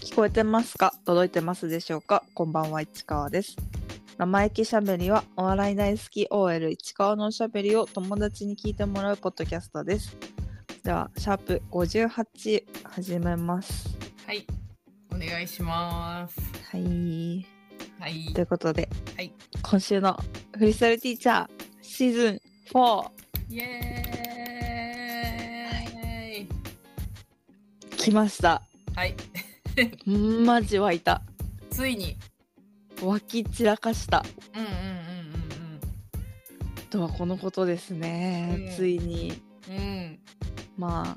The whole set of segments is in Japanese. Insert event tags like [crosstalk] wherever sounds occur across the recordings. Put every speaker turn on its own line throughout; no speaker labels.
聞こえてますか届いてますでしょうかこんばんは、市川です。生意気しゃべりは、お笑い大好き OL 市川のおしゃべりを友達に聞いてもらうポッドキャストです。では、シャープ58、始めます。
はい、お願いします。
はい。
はい
とい、うことで、
はい
今週のフリースタイルティーチャー、シーズン4、
イエーイ。
来ました。
はい、
マジ湧いた。
ついに、
湧き散らかした。
うんうん
とはこのことですね。
うん
ついに。
うんうんうん、
まあ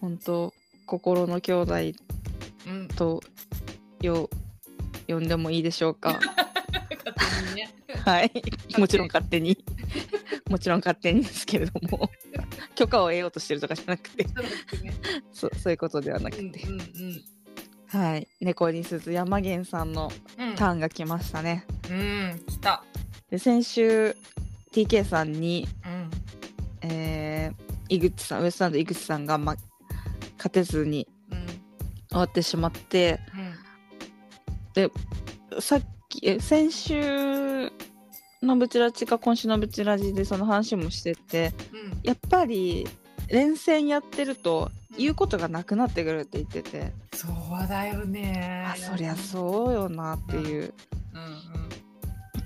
本当心の兄弟
うん、うん、
とよ呼んでもいいでしょうか
勝手にね。
[laughs] はいもちろん勝手にもちろん勝手にですけれども許可を得ようとしてるとかじゃなくて
そうですね
そそういうことではなく
うん
て、
うん
はい猫に鈴山源さんの
うん、うん
ターンが来ましたね
うん、来た。
で先週 TK さんに、
うん、
えー井口さんウエストランド井口さんが、ま、勝てずに
うん、
終わってしまって
うん、
さっきえ先週のブチラジか今週のブチラジでその話もしてて
うん、
やっぱり連戦やってると
うん
言うことがなくなってくるって言ってて、
そうだよね。
あそりゃそうよなっていう
うん。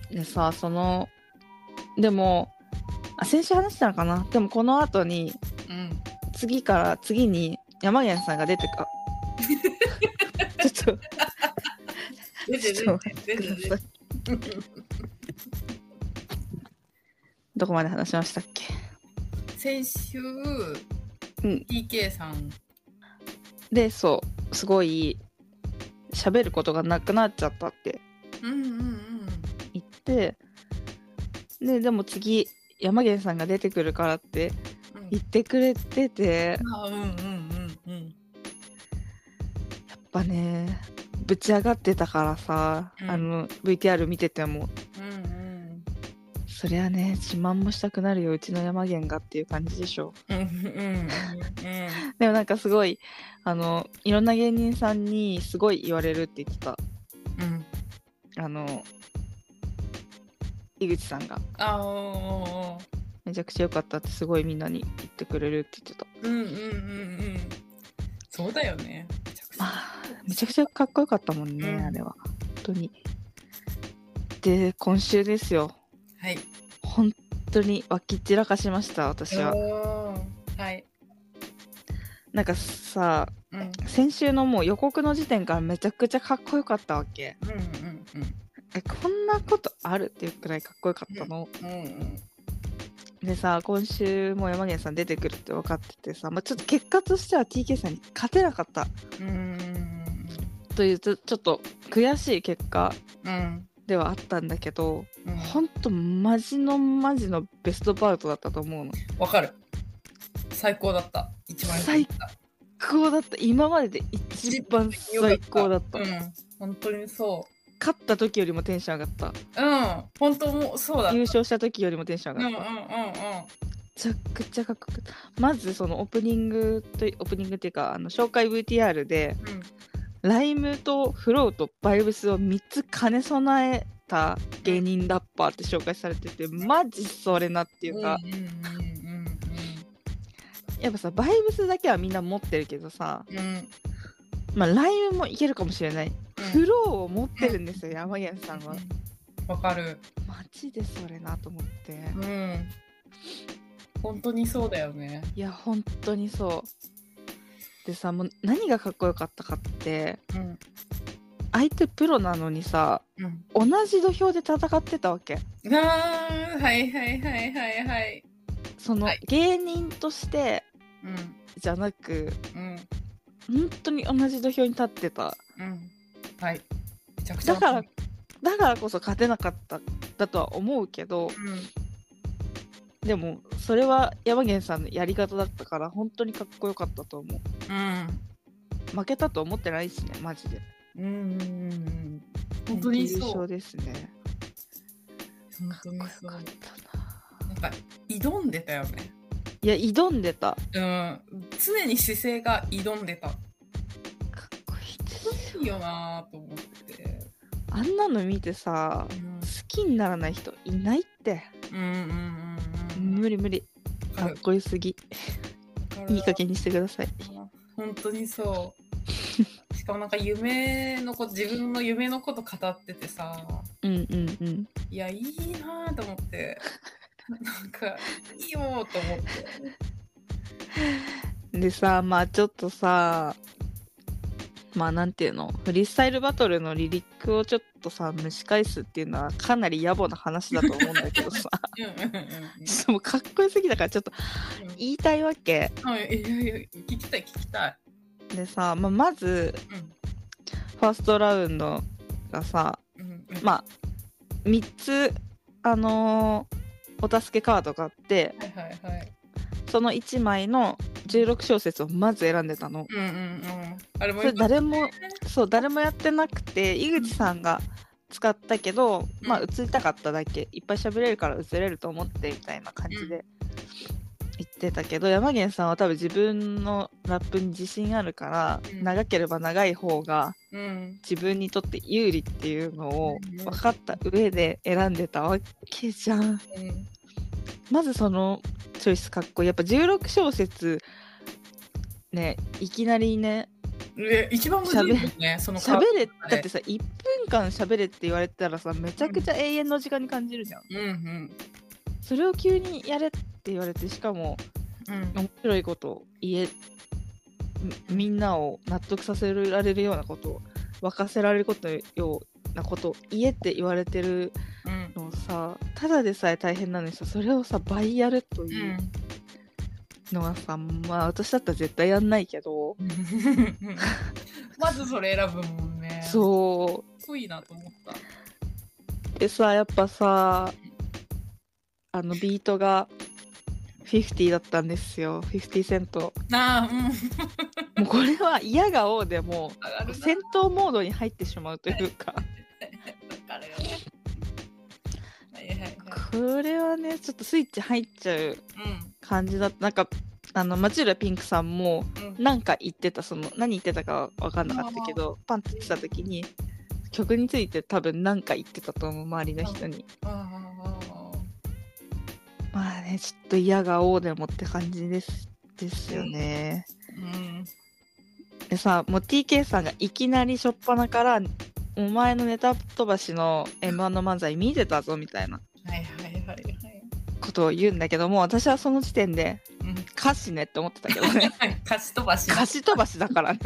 うん、
でさそのでもあ先週話したのかなでもこの後に
うん、
次から次に山源さんが出て
[laughs]
かちょっと
出てる
ちょっと待
出
く
て
だ
る
さいどこまで話しましたっけ
先週、
ん
TK さん、
でそうすごい喋ることがなくなっちゃったって
うんうんうん、
言ってででも次山源さんが出てくるからって
うん
言ってくれてて
あうんうんうんうん
やっぱねぶち上がってたからさ、
うん
あの VTR 見てても
うん
そりゃね自慢もしたくなるようちの山源がっていう感じでしょ
うんうんうん
でもなんかすごいあのいろんな芸人さんにすごい言われるって言ってた
うん
あの井口さんが
あお
めちゃくちゃ良かったってすごいみんなに言ってくれるって言ってた
うんうんうんうんそうだよねめちゃくち
ま
ゃ
あめちゃくちゃかっこよかったもんね、
うん
あれは本当にで今週ですよ
はい
本当に湧き散らかしました私は
おーはい
なんかさ
うんうん
先週のもう予告の時点からめちゃくちゃかっこよかったわけ
うん
えこんなことあるっていうくらいかっこよかったの、
うんうん
でさ今週も山源さん出てくるって分かっててさ、まあ、ちょっと結果としては TK さんに勝てなかった
うんうん
というちょちょっと悔しい結果
うん
ではあったんだけど、
うん
ほんとマジのマジのベストパウトだったと思うの。
わかる最高だった一番良かっ
最高だった今までで一番最高だった
たうん本当にそ
勝った時よりもテンション上がった
ううん本当もうそうだ
優勝した時よりもテンション
う
上
んう
がっ
んうん
た、
うん
めちゃくちゃかっこよかったまずそのオープニングとオープニングっていうかあの紹介 VTR で
うん
ライムとフローとバイブスを3つ兼ね備えた芸人ラッパーって紹介されててマジそれなっていうか、
うんうんうん
やっぱさバイブスだけはみんな持ってるけどさ、
うんうんうん
まあ、ライムもいけるかもしれないフローを持ってるん
[laughs]
ですよ、山源さんは。
わかる。
マジでそれなと思って。
うん。本当にそうだよね。
いや、本当にそう。でさ、もう何がかっこよかったかって、
うん。
相手プロなのにさ、
うん。
同じ土俵で戦ってたわけ。
あーはいはいはいはいはい。
その、
はい
芸人として
うん。
じゃなく、
うん。
本当に同じ土俵に立ってた。
うん。はい。めちゃくちゃ。
だから、だからこそ勝てなかった、だとは思うけど、でも、それは山源さんのやり方だったから、本当にかっこよかったと思う。負けたと思ってないしね、マジで。
うん。うん。うんうんうん。本当に
優
そう。
勝ですね。
本
かっ
当
こよ
に
か
そう。な
ったな。
んか、挑んでたよね。
いや、挑んでた。
うん。常に姿勢が挑んでた。
かっこいいです
いよなーと思って。
あんなの見てさ
うん
好きにならない人いないって
うんうんうんうん。
無理無理かっこよすぎいい加減にしてください
本当にそう。しかもなんか夢のこと、自分の夢のこと語っててさ、
うんうんうん
いや、いいなぁと思って、なんか、いいよーと思って。
でさまあちょっとさまあなんていうのフリースタイルバトルのリリックをちょっとさ蒸し返すっていうのはかなり野暮な話だと思うんだけど
[laughs]
さ
うんうんうん
ちょっともうかっこよすぎだからちょっと
うん
言いたいわけ
はい、いやいや、聞きたい、聞きたい。
でさ、まあ、まずファーストラウンドがさ
うん、あ、
まあ3つあのーお助けカードがあって
はいはいはい。
その1枚の16小節をまず選んでたの。
うんうんうん。あれも
それ誰もそう誰もやってなくて井口さんが使ったけど、まあ映りたかっただけいっぱい喋れるから映れると思ってみたいな感じで言ってたけど、山源さんは多分自分のラップに自信あるから、
うん
長ければ長い方が
うん。
自分にとって有利っていうのを
うん
分かった上で選んでたわけじゃん。
うん。
まずそのチョイスかっこいいやっぱ16小節ねいきなりね
え、一番むずいよね、その
喋れ
あ
だ
れ
ってさ1分間喋れって言われてたらさめちゃくちゃ永遠の時間に感じるじゃん、
うんうん。
それを急にやれって言われてしかも
うん。
面白いことを言えみみんなを納得させられるようなことを沸かせられることようなことを言えって言われてる
うん。
のをさただでさえ大変なのにさそれをさ倍やると
う。
いうんうのはさ、まあ私だったら絶対やんないけど、 [laughs]
まずそれ選ぶもんね。う。
そう
かっこいいなと思った。
でさやっぱさあのビートが50だったんですよ50セント
なあ、うん。
もうこれは嫌顔でも
上が
う
るな。
戦闘モードに入ってしまうというか
わかるよね。はいはいはい。
これはねちょっとスイッチ入っちゃう
う
感じだったなんかあのマチューラピンクさんも
ん。うん。
なんか言ってたその何言ってたか分かんなかったけどパンって来た時に曲について多分何か言ってたと思う周りの人に
ああ。
まあねちょっと嫌顔でもって感じですですよね、
うん。
でさもう TK さんがいきなり初っ端から「お前のネタ飛ばしの m 1の漫才見てたぞ」みたいな
はいはいはいはい。
ことを言うんだけども私はその時点で
うん。
「歌詞ね」って思ってたけど
[laughs]
ね
勝ち飛ばし。
歌詞飛ばしだからね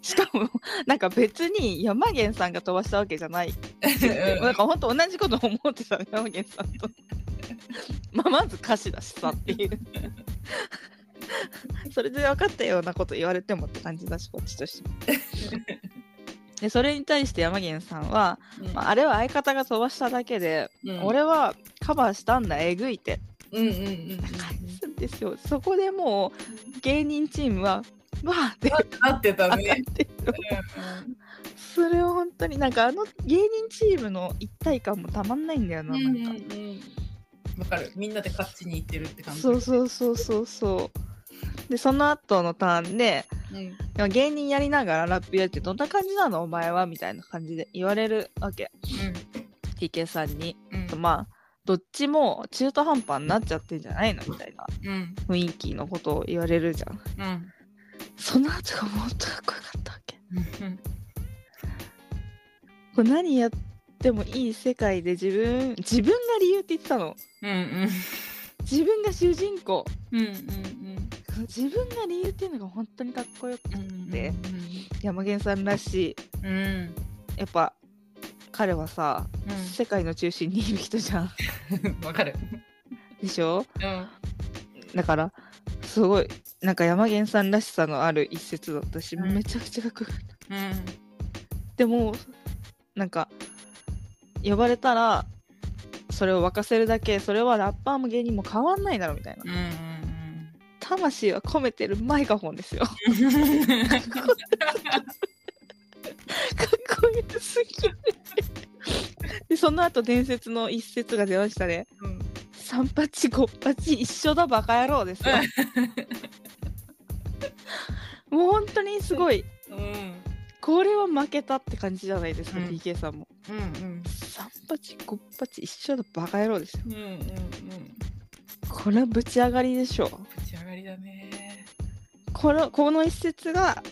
しかもなんか別に山源さんが飛ばしたわけじゃないなんかほんと同じこと思ってたの山源さんと
[laughs]
まあまず歌詞だしさっていうそれで分かったようなこと言われてもって感じだしこっちとして
[laughs]
もでそれに対して山源さんは、
うん
まあ、あれは相方が飛ばしただけで、
うん
俺はカバーしたんだえぐいて
うんうんうんうん。
感じするんですよそこでもう芸人チームはわーって
合ってた
上がっ
ね。
てるそれを本当になんかあの芸人チームの一体感もたまんないんだよ
うん
な,、
う
なん
ん
か
うん。わかる。みんなで勝ちに行ってるって感じ。
そうそうそうそうそうでその後のターンで
うん。
でも芸人やりながらラップやるってどんな感じなのお前はみたいな感じで言われるわけ TK さんに、
うん。うん。
まあどっちも中途半端になっちゃってんじゃないのみたいな
うん。
雰囲気のことを言われるじゃん
うん。
その後がもっとかっこよかったわけ
うん。
これ何やってもいい世界で自分自分が理由って言ってたの
うん。
自分が主人公
うん。うん。
自分が理由っていうのが本当にかっこよくて
うん。
で山源さんらしい
うん。
やっぱ彼はさ、世界の中心にいる人じゃん [laughs]
うん。わかる。
でしょ
うん。
だからすごいなんか山源さんらしさのある一節だったし、
うん
めちゃくちゃかっこよかった
うん。
でもなんか呼ばれたらそれを沸かせるだけそれはラッパーも芸人も変わんないだろうみたいな
うん。うん。
魂は込めてるマイカホンですよかっこよすぎるでその後伝説の一節が出ましたね
うん。
三八五八一緒だバカ野郎
[laughs]
ですよ。もう本当にすごい
うん。
これは負けたって感じじゃないですか、
うん
TK さんも
うんうん
3八5八一緒だバカ野郎ですよ
うんうんうん
これはぶち上がりでしょう
ぶち上がりだね
このこの一節が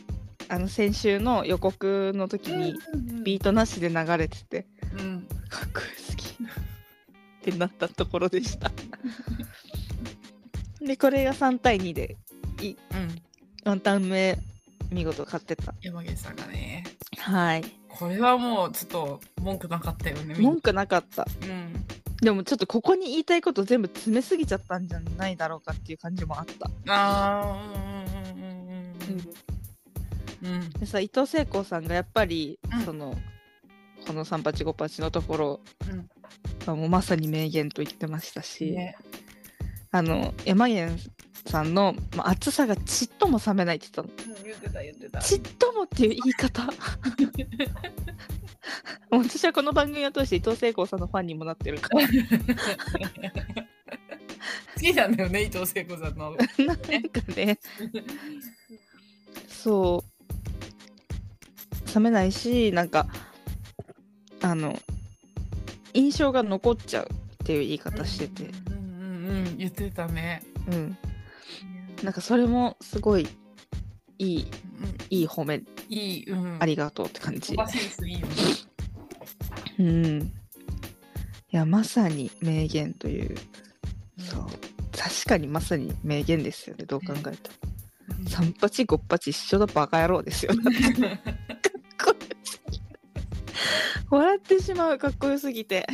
あの先週の予告の時にビートなしで流れてて、
うん
かっこよすぎるってなったところでした [laughs] でこれが3対2で
うん
ワンタン目見事勝ってた
山源さんがね
はい
これはもうちょっと文句なかったよねみんな
文句なかった
うん
でもちょっとここに言いたいこと全部詰めすぎちゃったんじゃないだろうかっていう感じもあった、
あーうんうんうんうんうん
でさ伊藤聖子さんがやっぱり、
うん
そのこの3八5八のところ
うん
はもうまさに名言と言ってましたし、
ね
あの山源さんの、まあ、熱さがちっとも冷めないって言ってた
うん言ってた言ってた
のちっともっていう言い [laughs] 方もう私はこの番組を通して伊藤聖子さんのファンにもなってるから
好きなんだよね伊藤聖子さんの。
なんかねそう冷めないしなんかあの印象が残っちゃうっていう言い方してて、
うんうんうん言ってたね。
うん、なんかそれもすごいいい
うん
いい褒め
いいうん
ありがとうって感じ
飛。ばしいですいいよね。
うん、いやまさに名言という、そう確かにまさに名言ですよねどう考えたら
うん。
三八五八一緒だバカ野郎ですよかっこよすぎる笑ってしまうかっこよすぎて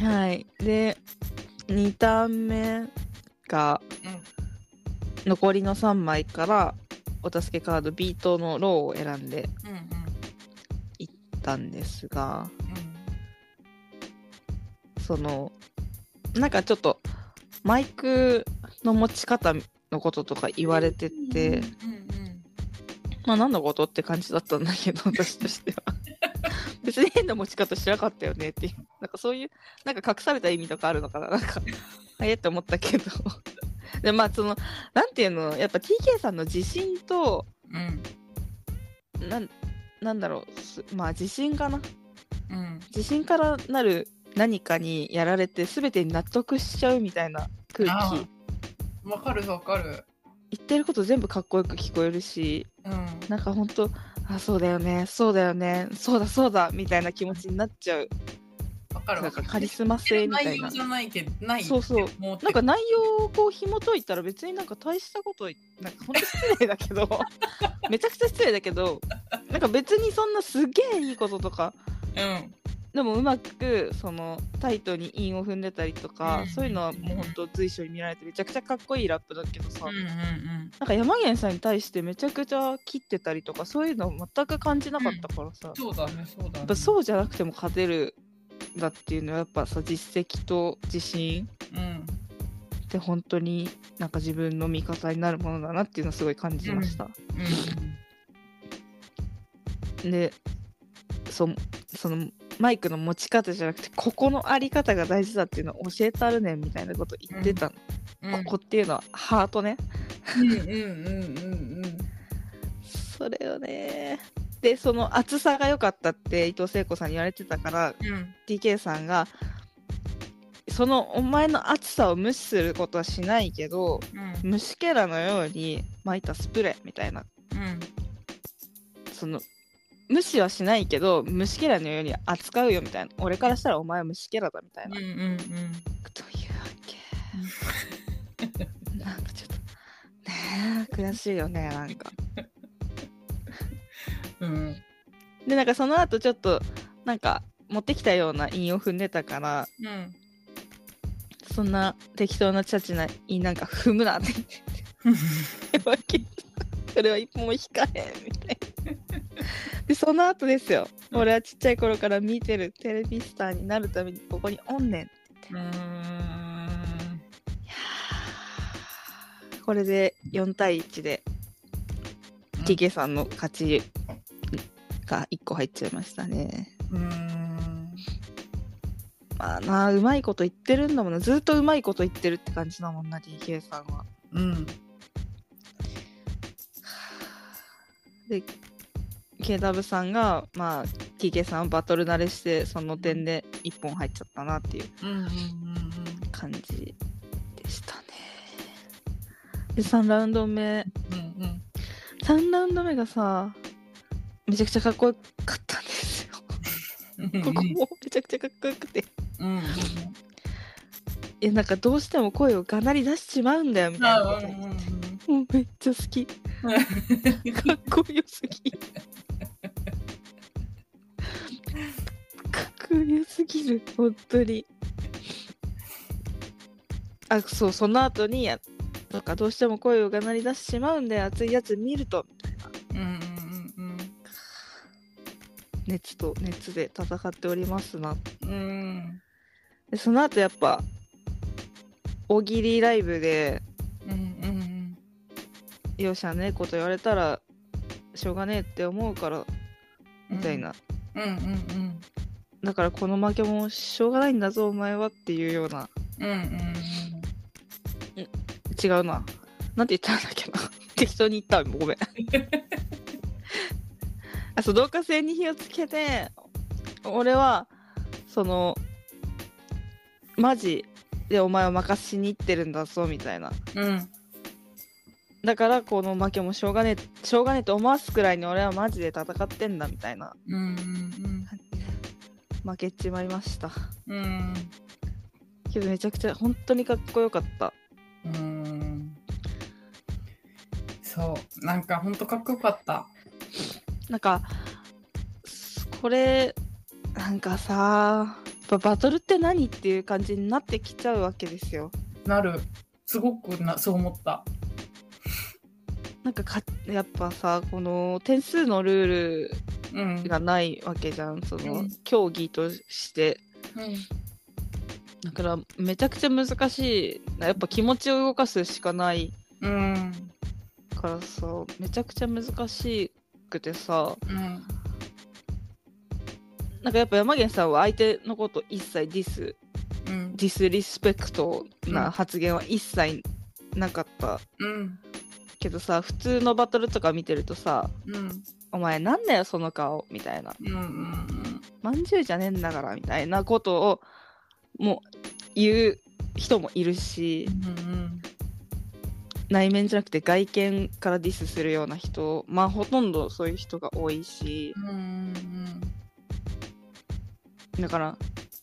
はいで2ターン目が残りの3枚からお助けカードビートのローを選んで
うんうん
たんですが
う
そのなんかちょっとマイクの持ち方のこととか言われて
ん。
て、
うんうん
まあ何のことって感じだったんだけど私として
[laughs]
は別に変な持ち方しなかったよねっていうなんかそういうなんか隠された意味とかあるのかななんかあえって思ったけどでまあそのなんていうのやっぱ TK さんの自信と
うん
なんなんだろうすまあ自信かな
うん
自信からなる何かにやられて全てに納得しちゃうみたいな空
あ
気
ーわかるわかる。
言ってること全部かっこよく聞こえるし
うん
なんかほんとあそうだよねそうだよねそうだそうだみたいな気持ちになっちゃう
わかる
な
わ
んか
かる。
カリスマ性みたい
内容
な
じゃないけどない。
そうそう。
もう
なんか内容をこう紐解いたら別になんか大したことなんかほんと失礼だけど [laughs] めちゃくちゃ失礼だけどなんか別にそんなすげえいいこととか
うん
でもうまくそのタイトに韻を踏んでたりとか、
うん
そういうのはもうほんと随所に見られてめちゃくちゃかっこいいラップだけどさ、
うんうん
なんか山源さんに対してめちゃくちゃ切ってたりとかそういうの全く感じなかったからさ、
そうだねそうだ
やっ
ね。。
ぱそううじゃなくても勝てるんだっていうのはやっぱさ実績と自信
うん。
って本当になんか自分の味方になるものだなっていうのをすごい感じました。
う
でそそのマイクの持ち方じゃなくてここのあり方が大事だっていうのを教えたるねんみたいなこと言ってたの、
んうん。
ここっていうのはハートね
うんうんうんうんうん。
それよねでその厚さが良かったって伊藤聖子さんに言われてたから
うん。
TK さんがそのお前の熱さを無視することはしないけど
うん。
虫けらのように撒いたスプレーみたいな
うん。
その無視はしないけど虫けらのように扱うよみたいな俺からしたらお前は虫けらだみたいな、
うんうんうん。
というわけなんかちょっとねえ悔しいよねなんか
うん。
でなんかその後ちょっとなんか持ってきたような韻を踏んでたから
うん。
そんな適当なチャチな韻なんか踏むなって言ってわけそれは一歩も引かへんみたいなでその後ですよ俺はちっちゃい頃から見てるテレビスターになるためにここにおんねん
うん。
いやーこれで4対1で TK さんの勝ちが1個入っちゃいましたね。
うん。
まあなうまいこと言ってるんだもんなずっとうまいこと言ってるって感じだもんな TK さんは。
うん。
で KW さんがまあ TK さんをバトル慣れしてその点で1本入っちゃったなっていう
うんうんうんうん
感じでしたね。で3ラウンド目
うんうん
3ラウンド目がさめちゃくちゃかっこよかったんですよ。
うん
ここもめちゃくちゃかっこよくて。
うんうん
いやなんかどうしても声をがなり出しちまうんだよみたいなこと。
うんうん
もうめっちゃ好き。かっこよすぎ。かっこよすぎる、本当に。あ、そう、その後にや、とか、どうしても声をが鳴り出してしまうんで、熱いやつ見ると、
うんうん
熱と熱で戦っておりますな。
うんうん
でその後やっぱ、大喜利ライブで、
うんうん
容赦ねえこと言われたら、しょうがねえって思うから、みたいな。
うんうんうん
だからこの負けもしょうがないんだぞお前はっていうような
うんうん
違うななんて言ったんだっけな適当に言ったごめんあそう導火線に火をつけて俺はそのマジでお前を任しに行ってるんだぞみたいな
うん
だからこの負けもしょうがねえしょうがねえと思わすくらいに俺はマジで戦ってんだみたいな
うんうん
負けちまいました
うん
けどめちゃくちゃ本当にかっこよかった
うんそうなんかほんとかっこよかった
なんかすこれなんかさやっぱバトルって何っていう感じになってきちゃうわけですよ。
なるすごくなそう思った
なんかかやっぱさこの点数のルー
うん
ルがないわけじゃんそうの
ん
競技としてだからめちゃくちゃ難しいやっぱ気持ちを動かすしかない
うんうん
からさめちゃくちゃ難しくてさ
うん
なんかやっぱ山源さんは相手のこと一切ディス
うん
ディスリスペクトな発言は一切なかった
うん
けどさ普通のバトルとか見てるとさ
うん
「お前なんだよその顔」みたいな
うんうん
「まんじゅうじゃねえんだから」みたいなことをもう言う人もいるし
うん
内面じゃなくて外見からディスするような人まあほとんどそういう人が多いし
うんうん
だから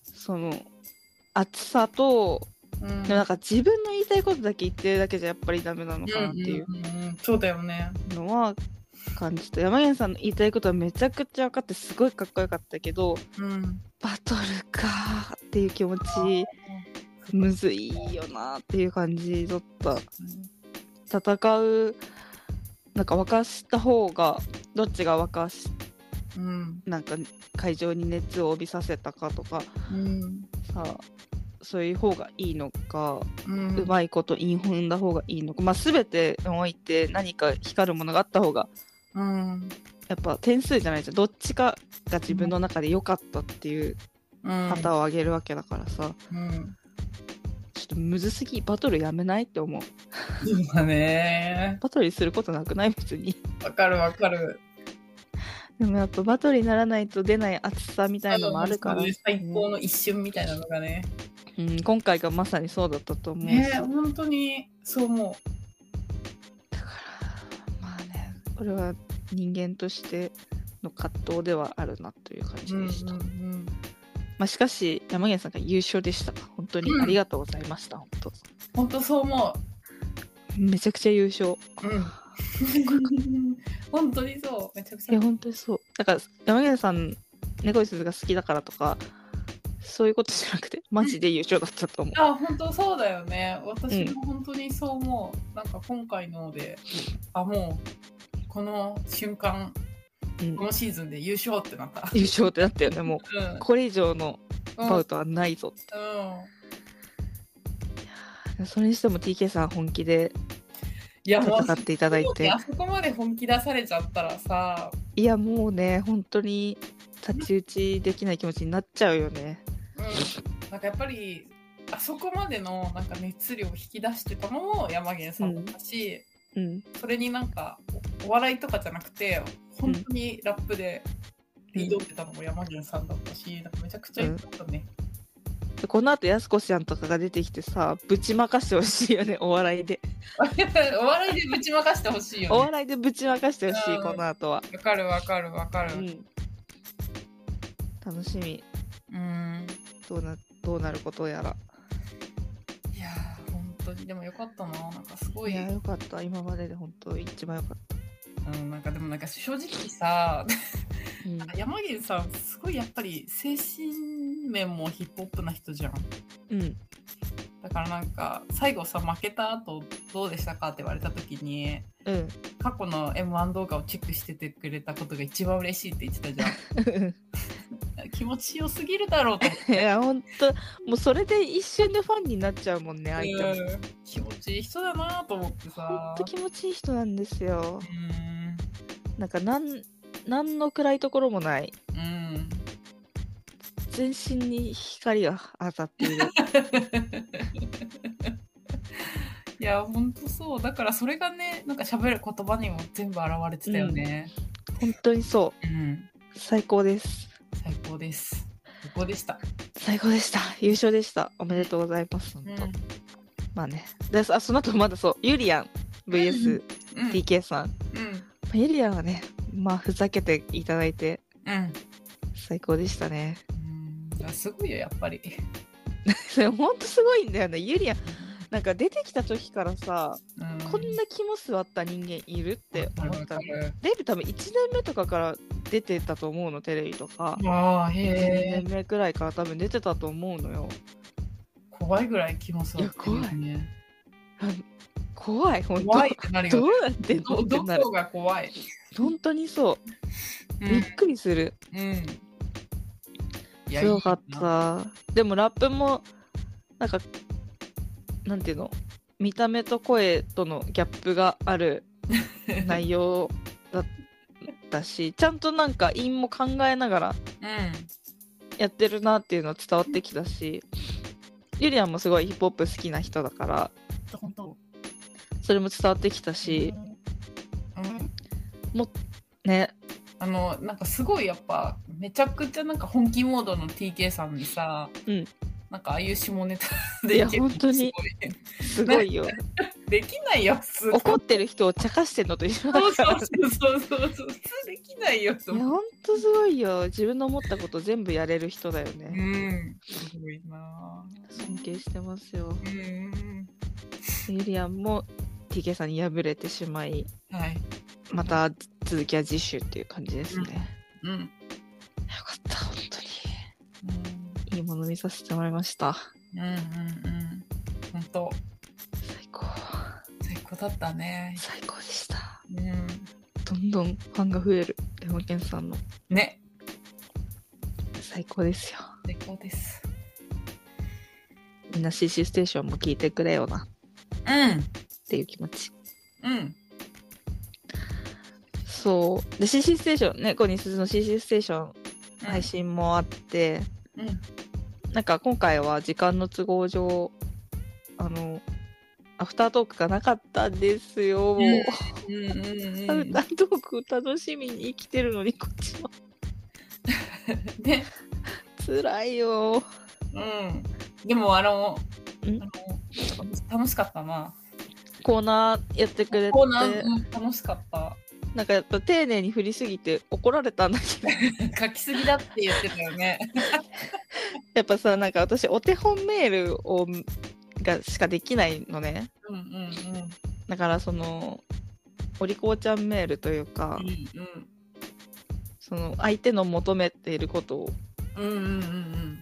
その熱さと
うん
でもなんか自分の言いたいことだけ言ってるだけじゃやっぱりダメなのかなっていう
うんうんうんそうだよね
のは感じた山源さんの言いたいことはめちゃくちゃ分かってすごいかっこよかったけど
うん
バトルかーっていう気持ちむずいよなーっていう感じだった戦うなんか沸かした方がどっちが沸かし
うん
なんか会場に熱を帯びさせたかとか
うん
さそういう方がいいのか、
うん
うまいことイン踏んだ方がいいのか、まあ、全てにおいて何か光るものがあった方が
うん
やっぱ点数じゃないじゃんどっちかが自分の中で良かったっていう
うん
旗を上げるわけだからさ、
うん
ちょっとむずすぎバトルやめないって思う
そうだね
バトルすることなくない別に [laughs]
わかるわかる
でもやっぱバトルにならないと出ない熱さみたいのもあるから、
最高の一瞬みたいなのがね
うん、今回がまさにそうだったと思うし、
ね本当にそう思
だからまあねこれは人間としての葛藤ではあるなという感
う
じ
うん
でした、
うん
まあ、しかし山源さんが優勝でした本当にありがとうございました、本当
本当そう [laughs] 思
めちゃくちゃ優勝
ううん本当にそうめちゃくち
い
ゃ
や本当にそうだから山源さん猫井鈴が好きだからとかそういうことじゃなくてマジで優勝だったと思う
あ本当そうだよね私も本当にそう思う、なんか今回のであもうこの瞬
う
間、
ん
このシーズンで優勝ってなった
優勝ってなったよねもう
うん
これ以上の
うん
バウトはないぞ、
うん
それにしても TK さん本気で
いやもう
戦っていただいて
あそこまで本気出されちゃったらさ
いやもうね本当に太刀打ちできない気持ちになっちゃうよね
うん、なんかやっぱりあそこまでのなんか熱量を引き出してたのも山源さんだったし、
うん
それになんかお笑いとかじゃなくて本当にラップでリードってたのも山源さんだったし、なんかめちゃくちゃ良かったね、
でこの後やすこちゃんとかが出てきてさぶちまかしてほしいよねお [laughs] 笑いで
[laughs] お笑いでぶちまかしてほしい
お
よね
笑いでぶちまかしてほしい
うん
この後は、
わかるわかるわかる
うん、楽しみ
うんん
どうなどうなることやら
いやー本当にでもよかったななんかすご
い
い
やよかった今までで本当一番よかった、
うん、なんかでもなんか正直さ [laughs]
うん
山源さんすごいやっぱり精神面もヒップホップな人じゃん
うん
だからなんか最後さ負けた後どうでしたかって言われた時に
うん
過去の m 1動画をチェックしててくれたことが一番嬉しいって言ってたじゃん気持ちよすぎるだろうと思っ
[laughs] いや本当もうそれで一瞬でファンになっちゃうもんね相手も
てうん気持ちいい人だなと思って
本
さ
当気持ちいい人なんですよ
うーん
なんかなんなんの暗いところもない
うん
全身に光が当たって
[laughs]
いる
[laughs] いやほんとそうだからそれがねなんか喋る言葉にも全部表れてたよね
本当にそ
うん、
う最高です
最高です最高でした、
最高でした優勝でしたおめでとうございます
う
本
ん
当、まあねであその後まだそうゆりやん VSDK
うん
さん、ま
うん
あゆりやんはねまあふざけていただいて
うん
最高でしたね [laughs]
うんいやすごいよやっぱり
それほんとすごいんだよねゆりやんなんか出てきた時からさ、
うん
こんな肝据わった人間いるって思った
わか
の
るわか
デビュー多分1年目とかから出てたと思うのテレビとか
るああへ
1
え
年目くらいから多分出てたと思うのよ
怖いぐらい気もす
い
る、
や怖い
ね。
怖い本当
怖いってなる
ど
よ
う。なってんの
ど
って
ど
なる
こが怖い。
本当にそううびっくりする、
ん。うん。いや
強かっ。
いいな
たでもラップもなんかなんていうの見た目と声とのギャップがあ [laughs] る内容だったしちゃんとなんか韻も考えながらやってるなっていうのは伝わってきたしゆりやんもすごいヒップホップ好きな人だから
うん。本当。
それも伝わってきたし、
うん。
ね
あのなんかすごいやっぱめちゃくちゃなんか本気モードの TK さんにさ、
うん、
なんかああいう下ネタ
いや
きるの
本当に
すご
すご
い
いよ
できないよ普通
怒ってる人を茶化してんのと一緒だ [laughs]
そう
か
そ
ら
うそうそうそう普通できないよと
いや
思う
ほんとすごいよ自分の思ったこと全部やれる人だよ
う
ね、
んすごいな
尊敬してますよ
うんうん
ゆりやんも TK さんに敗れてしまい
うんはい
また続きは次週っていう感じですね、よ
うん
かった本当
うん
にいいもの見させてもらいました
うんうんうん。本当
最高
最高だったね。
最高でした
うん。
どんどんファンが増えるレモケンさんの
ね、
最高ですよ
最高です。
みんな CC ステーションも聞いてくれよなっ
う
ていう気持ち
ん。うん。
そうで CC ステーションねコニスズの CC ステーション配信もあって、
うん。
なんか今回は時間の都合上あのアフタートークがなかったんですよ、
うんうんうん
ア
う
フ
ん
タ。ートーク楽しみに生きてるのにこっちは
ね。
辛いよ
うん。でもあの、あ
うん
の楽しかったな。
コーナーやってくれて
コーナーうん楽しかった。
なんかやっぱ丁寧に振りすぎて怒られたんだ
[laughs]
けど
書きすぎだって言ってたよね。
やっぱさなんか私お手本メールをがしかできないのね
うんうんうん。
だからそのお利口ちゃんメールというか、
うん
その相手の求めていることを
うん。うんうんうん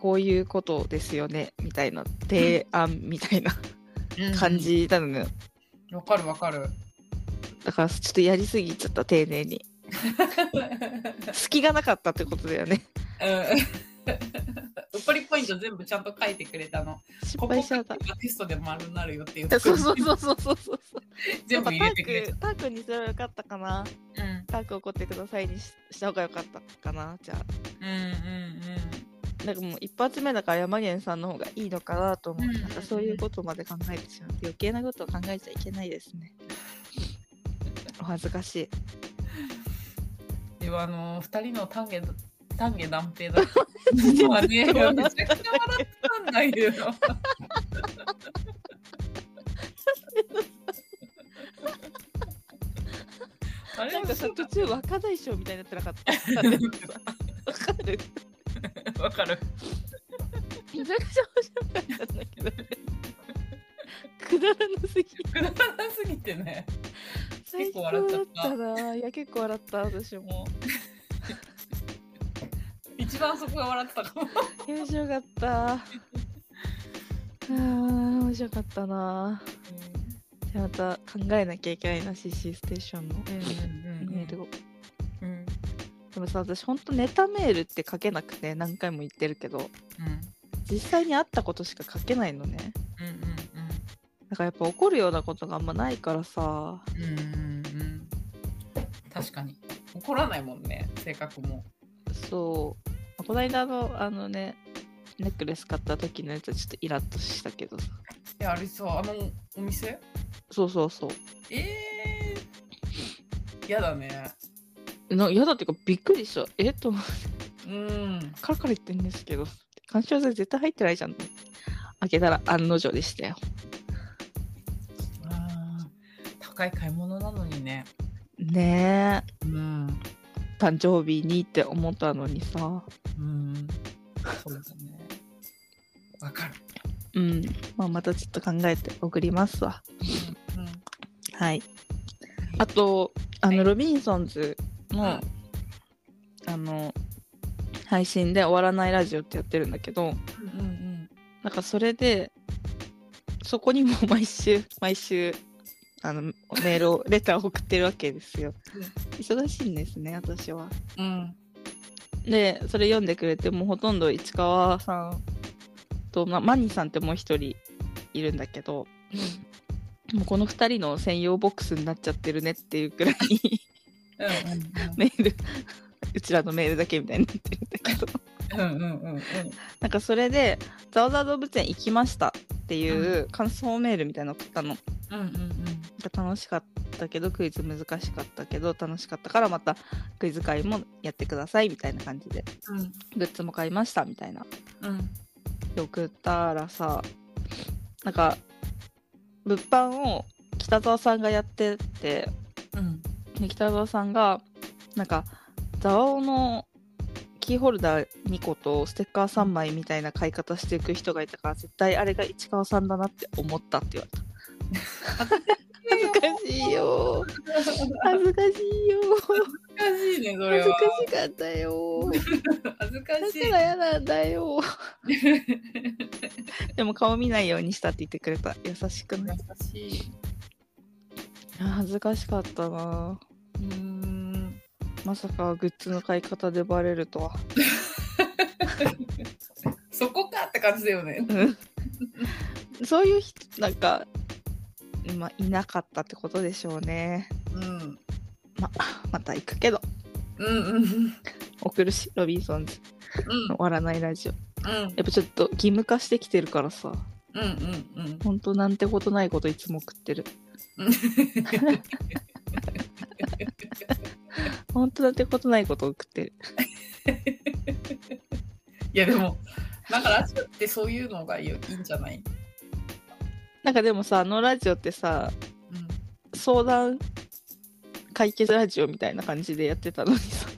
こういうことですよねみたいな提案みたいな
うん。
感。じなのね、
わかるわかる。
だからちょっとやりすぎちゃった丁寧に隙がなかったってことだよね
うん。怒りポイント全部ちゃんと書いてくれたの。
失
ここ
敗しちゃった
がテストで丸になるよっていう。
そうそうそうそうそうそうや
全
っぱ
部
タ
入れてくれ
ークタークにすればよかったかな
た。うん
ターク怒ってくださいにしした方がよかったかなじゃあ
うん
なんかもう一発目だから山源さんの方がいいのかなと思って、
うんうんうん
なんか
[laughs]
そういうことまで考えてしまって余計なことを考えちゃいけないですねお恥ずかしい。
ではあの二人の丹下丹下断平
[laughs]
だったのはねめちゃくちゃ笑ったんだ
[laughs]
けどあれ
なんかさ
嘘
途
だ
中若大将みたいになってなかった。わかる。
わかる
めちゃくちゃ面白かったんだけどね。くだらなすぎ。
くだらなすぎてね結構笑っちゃった
最高だったな。いや結構笑った私も。
一番そこが笑ってたかも
面白かった。あー面白かったな。じゃあまた考えなきゃいけないな CC ステーションの
うんうんうん
メールを。
うんうん
でもさ私ほんとネタメールって書けなくて何回も言ってるけど実際にあったことしか書けないのね
うん
だからやっぱ怒るようなことがあんまないからさ
うんうんうんうんうん確かに怒らないもんね性格も
そうまあこの間のあのねネックレス買った時のやつはちょっとイラッとしたけどさ
いやあれさあのお店
そうそうそ
えー、やだね
うな嫌だっていうかびっくりしたえっと思って
うん
カラカラ言ってんですけど干渉剤絶対入ってないじゃん開けたら案の定でしたよ
あー高い買い物なのにね
ねえ
うん
誕生日にって思ったのにさ
うんそうだねわかる
うん、まあ、またちょっと考えて送りますわ
うんうん
はい。あと、あの、
はい
ロビンソンズの、
うん
あの、配信で終わらないラジオってやってるんだけど、
うんうん
なんかそれで、そこにも [laughs] 毎週、毎週、あの、メールを、 [laughs] レターを送ってるわけですよ。忙しいんですね、私は。
うん
で、それ読んでくれて、もうほとんど市川さんと、まあ、マニさんってもう一人いるんだけど、もうこの二人の専用ボックスになっちゃってるねっていうくらいメールうちらのメールだけみたいになってるんだけど
うんうんうんうんうん
なんかそれで「ざわざわ動物園行きました」っていう感想メールみたいなの送ったの
うんうん
楽しかったけどクイズ難しかったけど楽しかったからまたクイズ会もやってくださいみたいな感じで
うん
グッズも買いましたみたいな
うん
で送ったらさなんか物販を北沢さんがやってて
うん
で北沢さんがなんかザワオのキーホルダー2個とステッカー3枚みたいな買い方していく人がいたから絶対あれが市川さんだなって思ったって言われた恥ずかしいよ
恥ず
恥ずかしいよ
かしいねそ
恥
れ
ず
は
かしかったよ
恥ずか
だ
し
から嫌なんだよ
い優
でも顔見ないようにしたって言ってくれた優しくない
しい
あ恥ずかしかったな
うーん
まさかグッズの買い方でバレるとは
そこかって感じだよね
うん [laughs] そういう人なんか、まあ、いなかったってことでしょうね。
うん
まあ、また行くけど、
うんうんうん
送るし、ロビンソンズの終わらないラジオ。
うん
やっぱちょっと義務化してきてるからさ、
うんうんうん
ほんとなんてことないこといつも送ってる。ほんとなんてことないこと送ってる。
いやでもなんかラジオってそういうのがいいよいいんじゃない、
なんかでもさ、あのラジオってさ、
うん、
相談解決ラジオみたいな感じでやってたのにさ、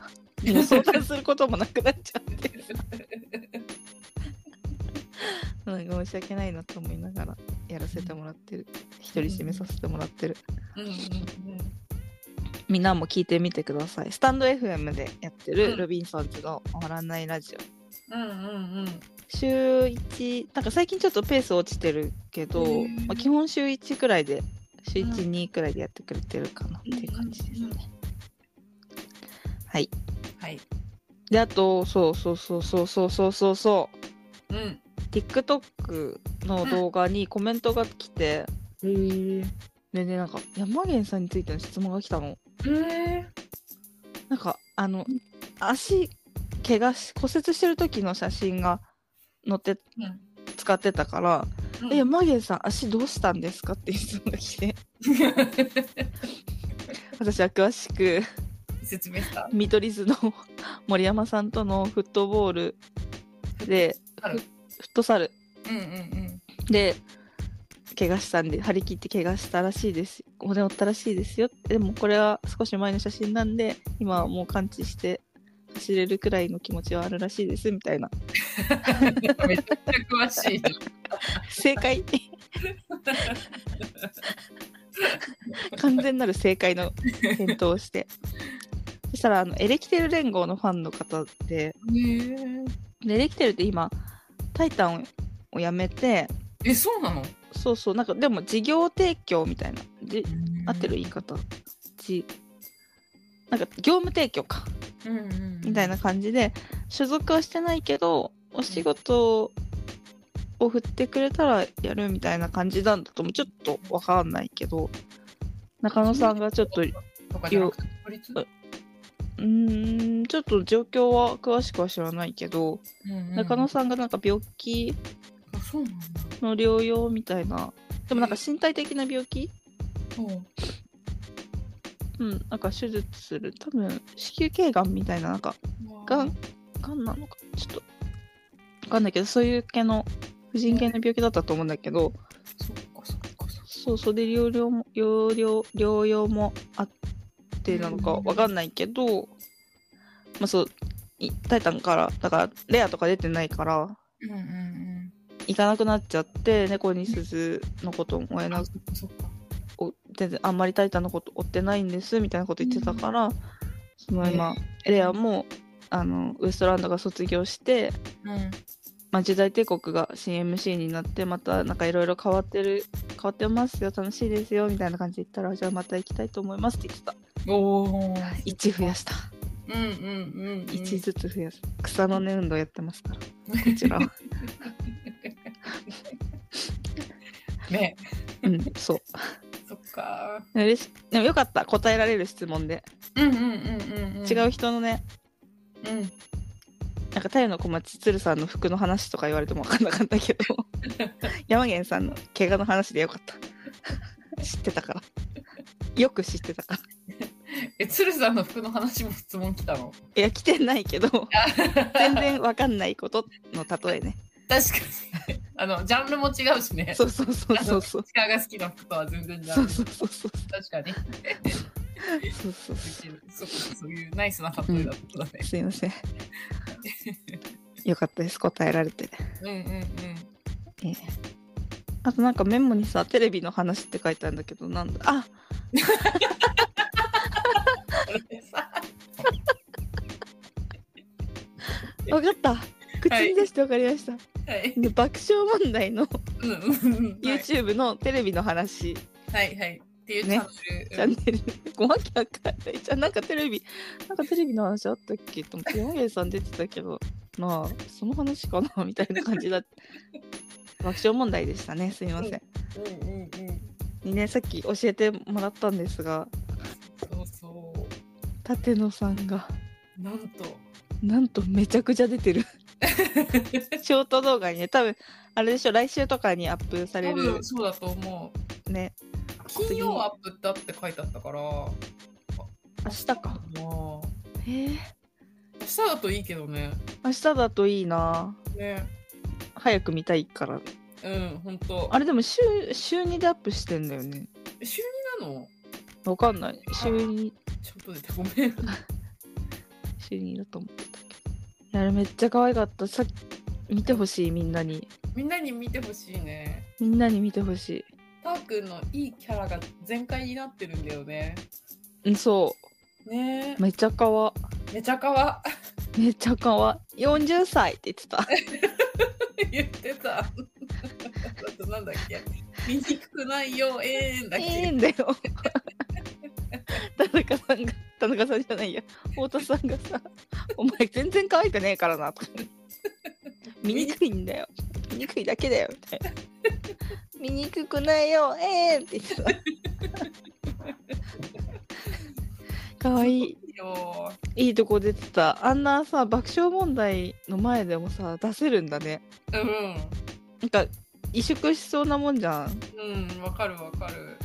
もう相談することもなくなっちゃって、 [laughs] なんか申し訳ないなと思いながらやらせてもらってる。独り占めさせてもらってる。
うんうん
みんなも聞いてみてください。スタンド FM でやってる、
うん
ロビンソンズの終わらないラジオ。
うんうんうんうん
週1、なんか最近ちょっとペース落ちてるけど、
へー
まあ、基本週1くらいで、週1、
う
2くらいでやってくれてるかなっていう感じです
うんうん
ね。はい。
はい
で、あと、そうそうそうそうそうそうそうそう、
うん
TikTok の動画にコメントが来て、
へ
でね、なんか山源さんについての質問が来たの。
え
なんかあの足怪我し骨折してる時の写真が載って
うん
使ってたから「
うん
えマゲンさん足どうしたんですか?」っていう質問が来て [laughs] 私は詳しく
[laughs] 説明した。
見取り図の森山さんとのフットボールで
ある
フットサル
うんうんうん。
で怪我したんで張り切って怪我したらしいです骨折ったらしいですよでもこれは少し前の写真なんで今はもう完治して走れるくらいの気持ちはあるらしいですみたいな
[laughs] めちゃくちゃ詳しいじゃ
正解
ん。
完全なる正解の返答をしてそしたらあのエレキテル連合のファンの方で
ね
でエレキテルって今タイタンを辞めて
え。え、そうなの
そうそうなんかでも事業提供みたいなじ合ってる言い方じなんか業務提供か
うんうん。
みたいな。感じで所属はしてないけどお仕事を振ってくれたらやるみたいな感じなんだともちょっとわかんないけど中野さんがちょっとう
とかじゃなくて独立
よーんちょっと状況は詳しくは知らないけど
うんうん
中野さんがなんか病気
あそうなんだ。
の療養みたいなでもなんか身体的な病気
そう。
うんなんか手術する多分子宮頸がんみたいななんかがんがんなのかちょっとわかんないけどそういう系の婦人系の病気だったと思うんだけど
そっかそっかそっか。
そうそうで療養も療養療養もあってなのか
うん
わかんないけど、まあそういタイタンからだからレアとか出てないから
うんうんうん。
行かなくなっちゃって猫に鈴のことも追えな
あそっか。
お全然あんまりタイタンのこと追ってないんですみたいなこと言ってたから、その今レアもあのウエストランドが卒業して
うん。
まあ、時代帝国が新 MC になってまたなんかいろいろ変わってる変わってますよ楽しいですよみたいな感じで言ったらじゃあまた行きたいと思いますって言
[laughs]
ってた
おお。
1増やした
うんうんうんうん。
1ずつ増やす草の根運動やってますからこちらは
ね。
うんそう
そっか。
嬉しでもよかった答えられる質問で、
うんうんうんうんん。
違う。人のね
うん。
なんか太陽の小町鶴さんの服の話とか言われても分かんなかった
[laughs]
けど山源さんの怪我の話でよかった知ってたからよく知ってたから
え、鶴さんの服の話も質問来たの。
いや来てないけど全
全
然わかんないことの例
[laughs]
えね。
確かに。あの、ジャンルも違うしね。
そうそうそうそうそう。
鹿が好きな服とは全然ジャ
そ
ン
う
ル。
そうそうそう。
確かに。
そうそうそ
そうそういうナイスな例えだったね
う。。すいません。よかったです。答えられて。
うんうんうん。
ええあとなんかメモにさ、テレビの話って書いてあるんだけど、なんだ。あ、
これさ、
わかった。口に出してわかりました。
はい。
で爆笑問題の
うんうんうん。はい
YouTube のテレビの話、
はいはい。っていうチャンネル。
チャンネル、 [laughs] ごまけわかんない。じゃあなんかテレビ、なんかテレビの話あったっけと思って、山毛さん出てたけど、まあ、その話かな [laughs] みたいな感じだ爆笑問題でした [laughs] ね。すいません。
うんうんうん。
にねさっき教えてもらったんですが
そうそ
舘野さんが
う。なんと。
なんとめちゃくちゃ出てる [laughs] ショート動画にね多分あれでしょ来週とかにアップされ
多
る
分そうだと思う。
ね
金曜アップだって書いてあったから。ま
明日か
あ、明
へえ
日だといいけどね。
明日だといいな
ね。
早く見たいから
うん、本当。
あれでも週週2でアップしてんだよね
週二なの
わかんない週2
ちょっと出てごめん。 [laughs]
週2だと思ってたけどいやあれめっちゃ可愛かったさっき見てほしいみんなに
みんなに見てほしいね。
みんなに見てほしい
たーくんのいいキャラが全開になってるんだよね。
うんそ
ね
うめちゃ可愛
え。めちゃかわ。 [laughs]
めっちゃかわいい40歳って言ってた
言ってた。 [laughs] あとなんだっけ。醜くないよ、ええんだっ
い
け。
いんだよ田中さんが田中さんじゃないや太田さんがさ「お前全然可愛くねえからな」とか「醜いんだよ醜いだけだよ」みたいな「醜くないよええって言ってた可愛い
よ。
いいとこ出てたあんなさ爆笑問題の前でもさ出せるんだね
うん。
なんか萎縮しそうなもんじゃん
うん、わかるわかる。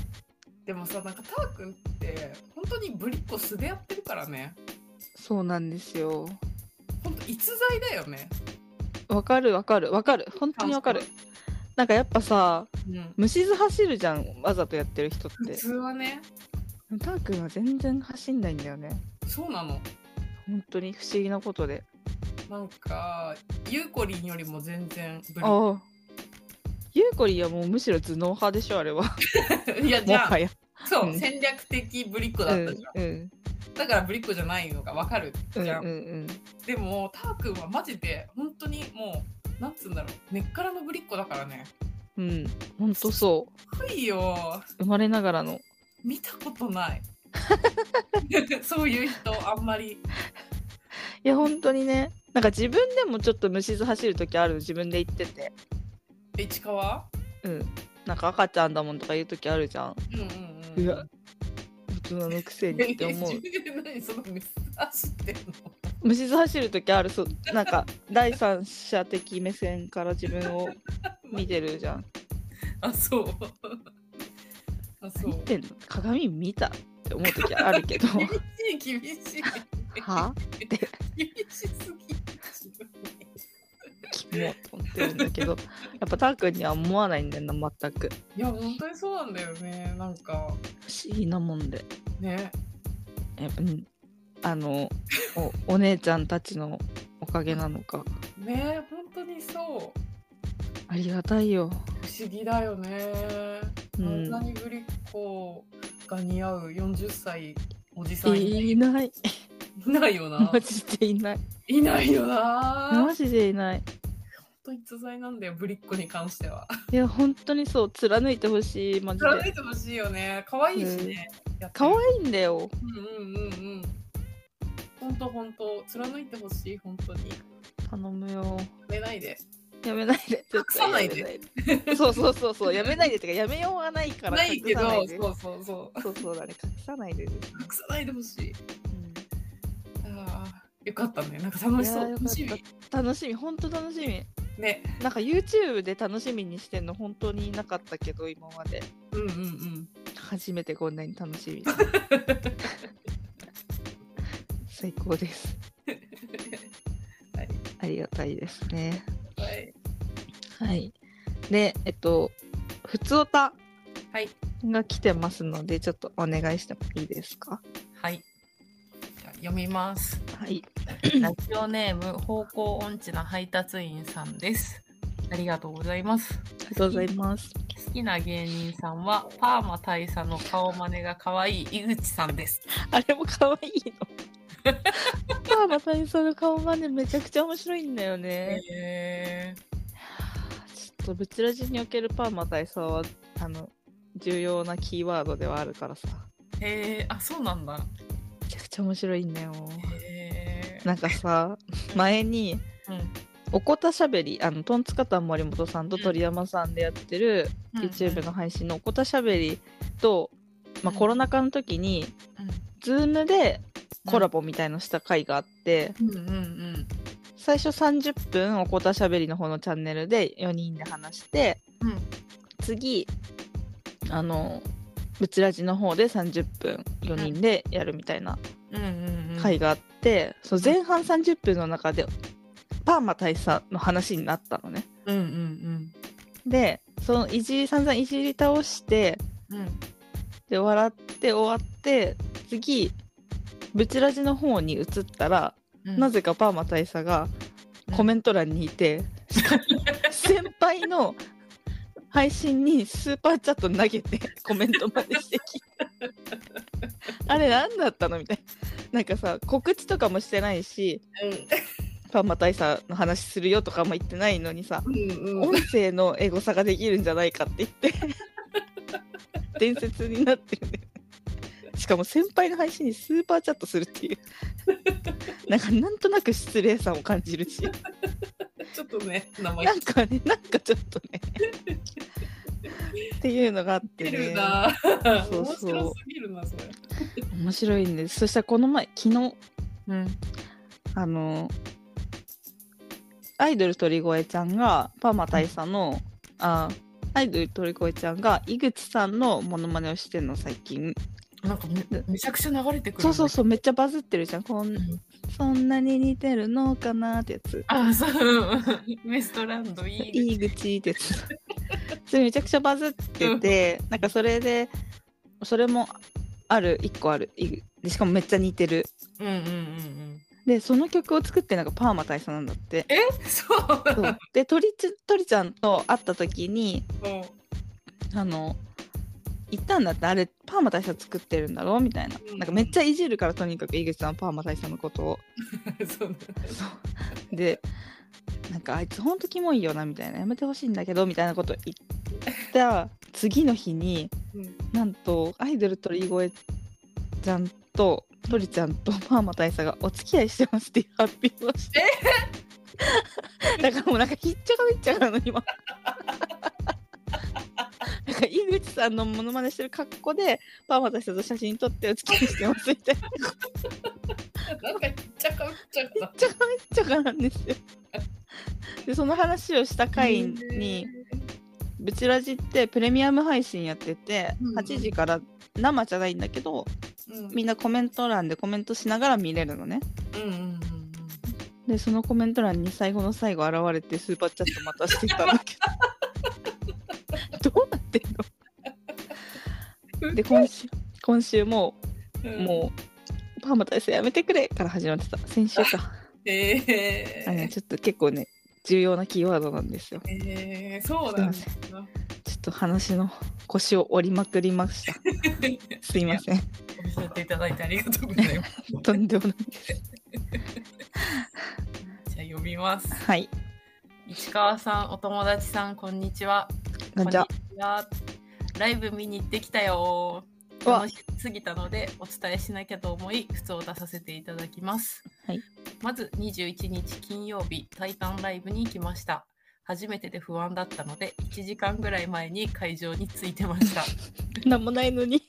でもさなんかターくんって本当にぶりっ子素でやってるからね
そうなんですよ
本当逸材だよね
わかるわかるわかる本当にわかるなんかやっぱさ
うん
虫ず走るじゃんわざとやってる人っ
普
て
通はね
たーくんは全然走んないんだよね
そうなの
本当に不思議なことで
なんかゆうこりんよりも全然ぶりっ
ああゆうこりんはもうむしろ頭脳派でしょあれは
子 [laughs] いやじ
も
ゃ
は
あ
や
そううん戦略的ぶりっ子
う
だ
ん
っ
う
た
ん
じゃん
うん
だからぶりっ子じゃないのがわかる
う
じゃん
ん
でもターくんはマジで本当にもうなんつうんだろう根っからのぶりっ子だからね
うんうん本当そ
ふいよ
う生まれながらの
見たこと [laughs] ないそういう人あんまり
いや本当にねなんか自分でもちょっと虫ず走る時ある自分で言ってて
え市川
うんなんか赤ちゃんだもんとか言う時あるじゃん
うんうんうん
うわ大人のくせにって
[laughs]
思う
自分で何その水走ってんの
虫ず走る時あるそうなんか第三者的目線から自分を見てるじゃん
あそう [laughs] あそう
何言ってんの鏡見たって思う時ある
[laughs]
けど
厳しい厳しい
は
厳しすぎる自
キ
分に
モと思ってるんだけどやっぱたーくんには思わないんだよな全く
いや本当にそうなんだよねなんか
不思議なもんで
ね
やっぱうんあのおお姉ちゃんたちのおかげなのか
ね本当にそう
ありがたいよ
不思議だよね。
う
あ
ん
んなにぶりっ子が似合う40歳おじさんい
いない
ないよな
マ。ジでいない
いないよな。
マ
本
ジでいない
当逸材なんだよ、ぶりっ子に関しては。
いや本当にそう貫いてほしいマジで
貫いてほしいよね。可愛いしね。やって
可
る
愛いんだよ
うんうんうんうん。本当本当貫いてほしい、本当に。
頼むよ
寝ないで。
やめないで
隠さないで
絶対やめないでそうそうそうそうやめないでってかやめようがないから
ないけど、
隠さ
そう
で
そうそう。
そうそうだね隠さないでです、
隠さないでほしい。
うん
ああ、よかったね。なんか楽しそ。
いうやー
楽し
よかっ
み。
た楽しみ本当楽しみ
ね。
なんか YouTube で楽しみにしてんの本当になかったけど今まで
うんうんうん。 [laughs]
初めてこんなに楽しみ最高です
はい。
ありがたいですね
はい。
はいでえっとふつおた
はい。
が来てますのでちょっとお願いしてもいいですか
はい。じゃあ読
[clears throat]
みます。
はい
ラジオネーム、方向音痴な配達員さんです。ありがとうございます。
ありがとうございます
好きな芸人さんは、パーマ大佐の顔真似が可愛い井口さんです。
[laughs] あれも可愛いのパーマ大佐の顔がねめちゃくちゃ面白いんだよね
へ
ちょっとブチラジにおけるパーマ大佐はあの重要なキーワードではあるからさ
え。へえ。あ、そうなんだ。
めちゃくちゃ面白いんだよ
へえ。
なんかさ前に
うん
「おこたしゃべり」あのトンツカタン森本さんと鳥山さんでやってる
うん
YouTube の配信の「おこたしゃべりと」まあ、コロナ禍の時に
うん
Zoom でコラボみたいのした回があって
うんうんうん
最初30分「おこたしゃべり」の方のチャンネルで4人で話して
うん
次あのブチラジの方で30分4人でやるみたいな
うんうんうん
回があって、そう前半30分の中でパーマ大佐の話になったのね
うんうん
でそのいじり散々いじり倒して
うんうん
で笑って終わって次ブチラジの方に移ったら、
うん
なぜかパーマ大佐がコメント欄にいて、しかも先輩の配信にスーパーチャット投げてコメントまでしてきてあれ何だったのみたいななんかさ告知とかもしてないしパーマ大佐の話するよとかも言ってないのにさ
うんうんうん
音声のエゴサができるんじゃないかって言って
[laughs]
伝説になってるねしかも先輩の配信にスーパーチャットするっていうなんかなんとなく失礼さを感じるし
ちょっとね名前
なんかねなんかちょっとねっていうのがあっ
って [laughs]
て
る
ね
な。
そう
面
そう
白すぎるなそれ。
面白いんですそしたらこの前昨日
うん
あのアイドル鳥越ちゃんがパーマ大佐の、あアイドル鳥越ちゃんが井口さんのモノマネをしてんの最近
なんかめめちゃくちゃ流れてくる
そうそう
う、
そうめっちゃバズってるじゃんこん
うん
そんなに似てるのかなってやつ
あそうウエストランドいい
井口ってやつそれめちゃくちゃバズっててなんかそれでそれもある一個ある井口でしかもめっちゃ似てる
うんうんうんうん
でその曲を作ってなんかパーマ大佐なんだ [laughs] って
えそう
そうで鳥ち鳥ちゃんと会った時にあの言ったんだってあれパーマ大佐作ってるんだろみたいな,、
うん
なんかめっちゃいじるからとにかく井口さんはパーマ大佐のことを
[laughs] そうね
そうでなんかあいつほんとキモいよなみたいなやめてほしいんだけどみたいなこと言った次の日に
うん
なんとアイドル鳥越ちゃんと鳥ちゃんとパーマ大佐がお付き合いしてますっていう発表をしてだからもうなんかひっちゃかめっちゃかなの今なんか井口さんのモノマネしてる格好でパーマ大佐と写真撮ってお付き合いしてますみたいな
なんかちっちゃかぶっちゃか
めっちゃかめっちゃかなんですよでその話をした回にブチラジってプレミアム配信やってて、
うん
8時から生じゃないんだけど
うん
みんなコメント欄でコメントしながら見れるのね
うんうんうん
でそのコメント欄に最後の最後現れてスーパーチャットまたしてたんだ
[laughs]
けどどうなってん
う
の
ん
で今週今週も
うん
もう「パーマ大佐やめてくれ」から始まってた先週か
[laughs] え
あのね
ー
ちょっと結構ね重要なキーワードなんですよ
えー、そうなんだ
すちょっと話の腰を折りまくりま [laughs] したすいません
お見せていただいてありがとうございます。
とんでもない
じゃあ呼びます。
はい
市川さん、お友達さん、こんにちは。
こんにちは
こんにちは。ライブ見に行ってきたよ。
うわ
楽しすぎたのでお伝えしなきゃと思い、普通を出させていただきます。
はい
まず21日金曜日、タイタンライブに行きました。初めてで不安だったので、1時間ぐらい前に会場に着いてました。
なんもないのに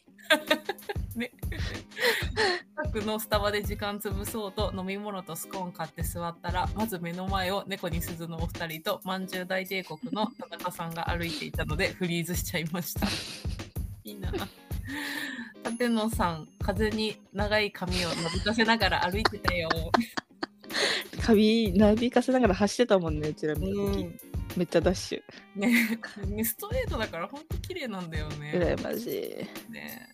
近くのスタバで時間潰そうと飲み物とスコーン買って座ったらまず目の前を猫に鈴のお二人とまんじゅう大帝国の田中さんが歩いていたのでフリーズしちゃいましたいいな舘野さん風に長い髪を伸びかせながら歩いてたよ、
カビなびかせながら走ってたもんねうちら見た時、めっちゃダッシュ
ねストレートだからほんと綺麗なんだよね
羨ましい
ね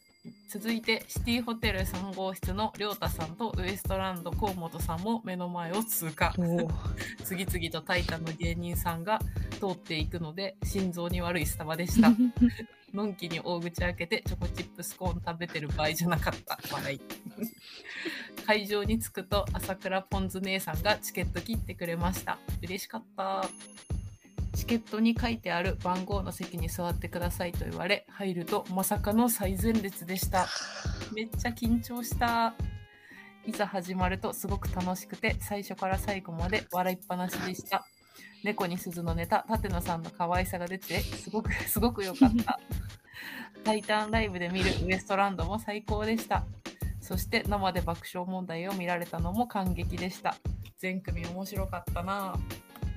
続いてシティホテル3号室の亮太さんとウエストランド河本さんも目の前を通過
もう
次々とタイタンの芸人さんが通っていくので心臓に悪いスタバでした
[laughs]
のんきに大口開けてチョコチップスコーン食べてる場合じゃなかった笑い会場に着くと朝倉ポン酢姉さんがチケット切ってくれました嬉しかったチケットに書いてある番号の席に座ってくださいと言われ入るとまさかの最前列でしためっちゃ緊張したいざ始まるとすごく楽しくて最初から最後まで笑いっぱなしでした猫に鈴のネタ舘野さんの可愛さが出てすごく [laughs] すごく良かったタイタンライブで見るウエストランドも最高でしたそして生で爆笑問題を見られたのも感激でした全組面白かったなぁ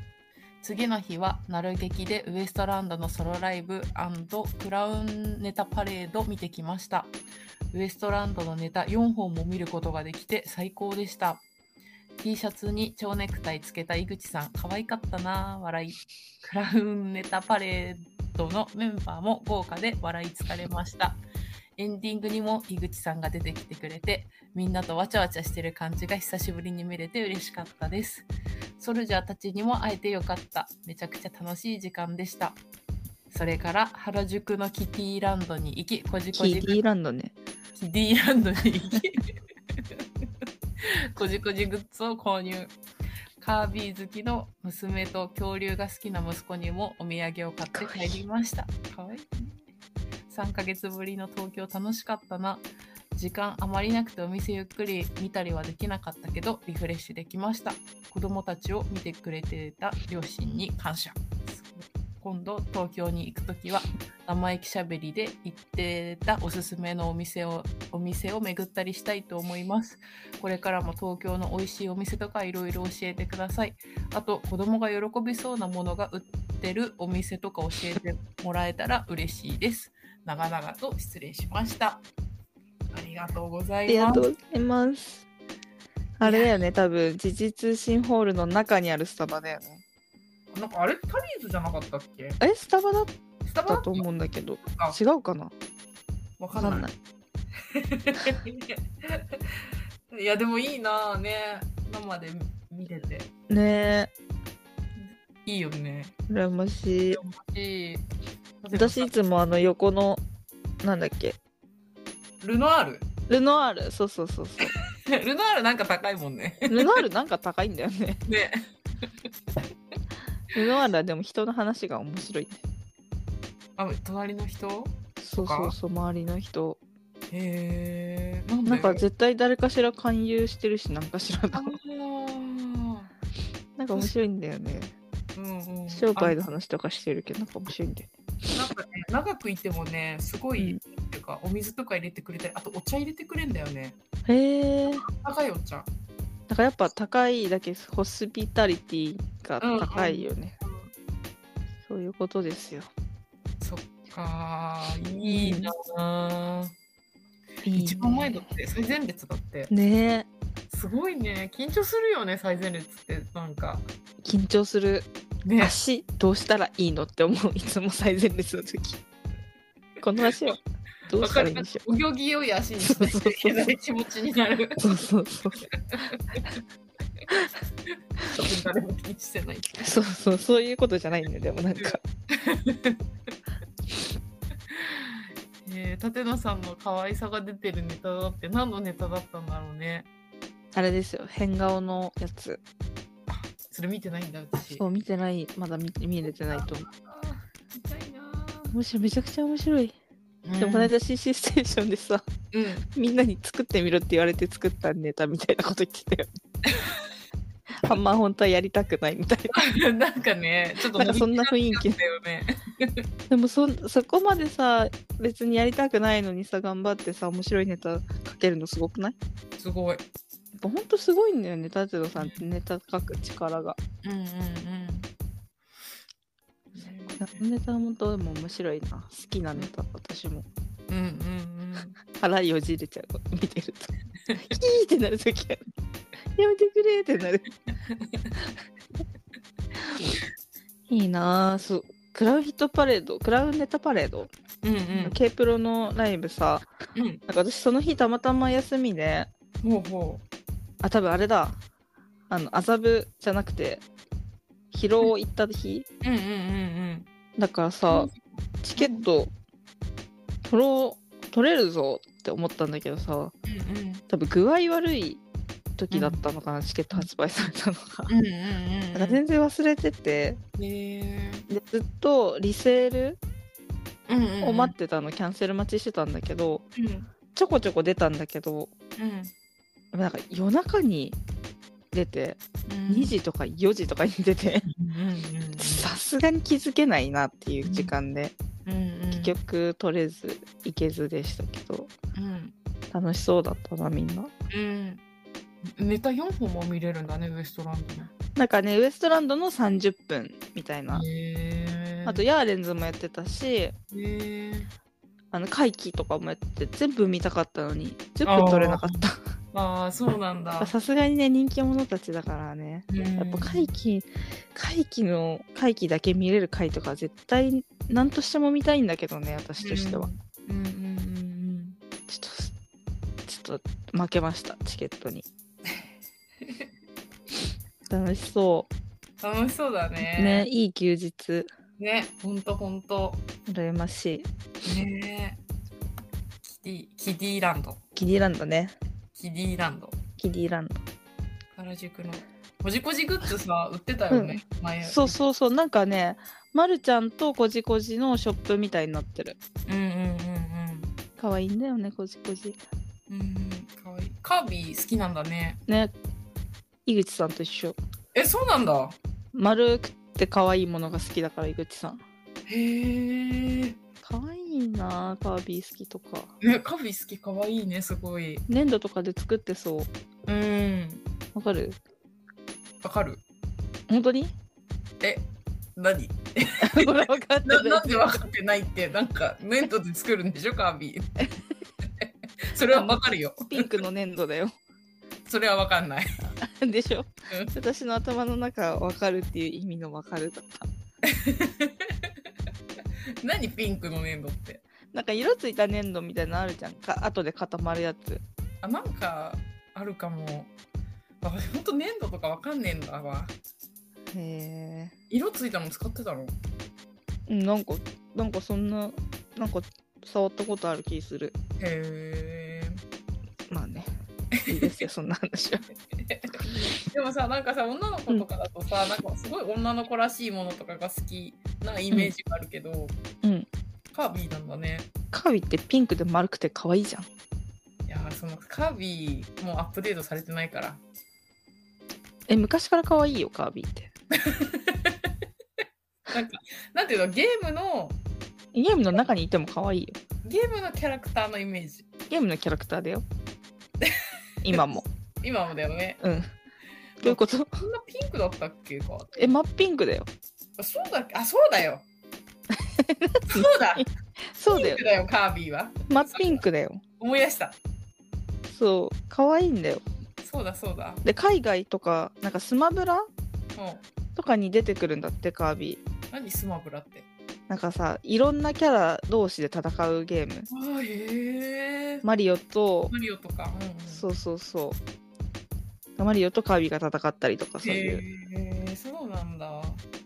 次の日は、なる劇でウエストランドのソロライブクラウンネタパレード見てきました。ウエストランドのネタ4本も見ることができて最高でした。T シャツに蝶ネクタイつけた井口さん、可愛かったなぁ、笑い。クラウンネタパレードのメンバーも豪華で笑い疲れました。エンディングにも井口さんが出てきてくれて、みんなとわちゃわちゃしてる感じが久しぶりに見れて嬉しかったです。ソルジャーたちにも会えてよかった。めちゃくちゃ楽しい時間でした。それから原宿のキティランドに行き、こじ
キ
こじ
ーディーランドね
キディランドに行き、こじこじグッズを購入。カービィ好きの娘と恐竜が好きな息子にもお土産を買って帰りました。かわいいね。3ヶ月ぶりの東京楽しかったな。時間あまりなくてお店ゆっくり見たりはできなかったけど、リフレッシュできました。子供たちを見てくれてた両親に感謝。すごい今度東京に行くときは生意気しゃべりで行ってたおすすめのお店をお店を巡ったりしたいと思いますこれからも東京の美味しいお店とかいろいろ教えてくださいあと子供が喜びそうなものが売ってるお店とか教えてもらえたら嬉しいです長々と失礼しましたありがとうござ
あ
い
りが
ます
とうございます。あれだよね、多分時事通信ホールの中にあるスタバだよね。
なんかあれタリーズじゃなかったっけ
え、スタバだっ
スタバ
た
だっ
と
た
思うんだけど
あ、
違うかな
わか
わ
んな
か
い [laughs]
んない。
いやでもいいなあね生で見てて
ね
いいよね
え、羨ましい。
し
私いつもあの横の、なんだっけ、
ルノアール [laughs]
ルノアール、そうそうそうそう。
ルノアールなんか高いもんね [laughs]
ルノアールなんか高いんだよね。
ね
ルノアールはでも人の話が面白いね。
あ隣の人
そうそうそう、周りの人。
へえなん
な
だ
んか
よ
絶対誰かしら勧誘してるし、なんかしら
あ
が。
ー
なんか面白いんだよね。
うんうん
商売の
あ
話とかしてるけど、なんか面白いんだよね。
なんかね長くいてもねすごい、
うん
っていうかお水とか入れてくれたりあとお茶入れてくれんだよね
へえ。
高いお茶
だからやっぱ高いだけホスピタリティが高いよね。そういうことですよ。
そっかーいいなあ一番前だって最前列だって
ね
すごいね緊張するよね最前列ってなんか
え緊張する
ね
足どうしたらいいのって思ういつも最前列の時この足はどう
わ
した
から
い
る
いんでしょ
お行儀良い足にしなきゃいけない気持ちにな
[laughs]
る
うそうそうそう
誰も気にしてないけ
そうそうそういうことじゃないんだよでもなんか
どねえ舘野さんの可愛さが出てるネタだって何のネタだったんだろうね
あれですよ変顔のやつ
それ見てないんだ私
そう見てないまだ見見れてないと思
あー見たいな
うむしろめちゃくちゃ面白い、
ー
でもこの間 CC ステーションでさ
うんうん
みんなに作ってみろって言われて作ったネタみたいなこと言ってた [laughs] よ。あんま本当はやりたくないみたい [laughs]
なん [laughs] かね、ちょっと
なんかそんな雰囲気
伸びきらなかったよね。
な。でもそんそこまでさ別にやりたくないのにさ頑張ってさ面白いネタ書けるのすごくないや
すごい。
っぱほんとすごいんだよね舘野さんってネタ書く力が。
うんうんうん。
あのネタもとでも面白いな好きなネタ私も
うんうんうん。
腹よじれちゃう見てると。 [laughs] キーってなるときややめてくれってなる。 [laughs] いいなあそうクラウンヒットパレードクラウンネタパレード、
うんう
K プロのライブさ
ん。うん。
なんか私その日たまたま休みで
ほうほ
あ多分あれだあの麻布じゃなくて広尾行った日
う。うんうんうんうん。
だからさチケット取ろう取れるぞって思ったんだけどさ
うんうん。
多分具合悪い時だったのかな、チケット発売されたのが。
うんうん
なんか全然忘れてて
ね
でずっとリセール
え。うんうんうん。
を待ってたの、キャンセル待ちしてたんだけど
うん
ちょこちょこ出たんだけど
うん
なんか夜中に出て
うん。
2時とか4時とかに出て
うんうんうん。
さすがに気づけないなっていう時間で、
うんうん。
結局取れず行けずでしたけど
うん
楽しそうだったなみんな。
うん。ネタ4本も見れるんだね、ウエストランドの。
なんかねウエストランドの30分みたいな、
へえ。
あと
へ
ヤーレンズもやってたし
え。
あの会期とかもやってて全部見たかったのに10分取れなかった。
ああ、そうな
や
ん
っ
だ
[laughs] ぱ。さすがにね人気者たちだからねやっぱ会期会期の会期だけ見れる回とか絶対何としても見たいんだけどね私としては、
うんうんうん
ちょっとちょっと負けましたチケットに楽しそ
うん楽しそうだ
う、ね
ね
いい休日
ねほんとほんと
羨ましい
ねキディキディランド
キディランドね
キディランド
キディランド
原宿のこじこじグッズさ売ってたよね、前
そうそうそうなんかねまるちゃんとこじこじのショップみたいになってる
うんうん
可愛いんだよねこじこじ
うんうんうんうんかわいいカービィ好きなんだね
ね井口さんと一緒
えそうなんだ
丸くて可愛いものが好きだから井口さん
へえ。
可愛いなカービィ好きとか
ね、カフィ好きかわいいね、すごい。
粘土とかで作ってそう
うん。
わかる
わかる
本当に
え、何
これ分かってな
なないんで分かってないって、なんか、粘土で作るんでしょ、カービィ。
[laughs]
それはわかるよ。
[laughs] ピンクの粘土だよ [laughs]
それはわかんない。
でしょ
うん
私の頭の中分かるっていう意味の分かるだった
何ピンクの粘土って。
なんか色ついた粘土みたいなのあるじゃんか後で固まるやつ
あ、なんか、あるかも。私、ほんと粘土とかわかんねえんだわ。
へ
色ついたの使ってたの
えなんかなんかそんななんか触ったことある気する
へえ。
まあねいいです
[laughs]
よそんな話は
でもさなんかさ女の子とかだとさ、なんかすごい女の子らしいものとかが好きなイメージがあるけど、
うん
カービィなんだね
カービィってピンクで丸くて可愛いじゃん
いやーそのカービィもうアップデートされてないから
え昔から可愛いよカービィって
なんていうのゲームの
ゲームの中にいても可愛いよ
ゲームのキャラクターのイメージ
ゲームのキャラクター
[laughs]
だよ今も
今もだよね
うんどういうこと
こんなピンクだったっけか
え真っピンクだよ
あそうだっけあそう
[laughs]
だよそうだピ
そうだ
ン
よ
クだよカービィは
真っピンクだよ
思い出した
そう可愛いんだよ
そうだそうだ
で海外とかなんかスマブラ
うん
とかに出てくるんだってカービィ
何スマブラって
なんかさいろんなキャラ同士で戦うゲーム
あーへえ
マリオと
マリオとかうんうん
そうそうそうマリオとカービィが戦ったりとかそういう、
へえそうなんだ。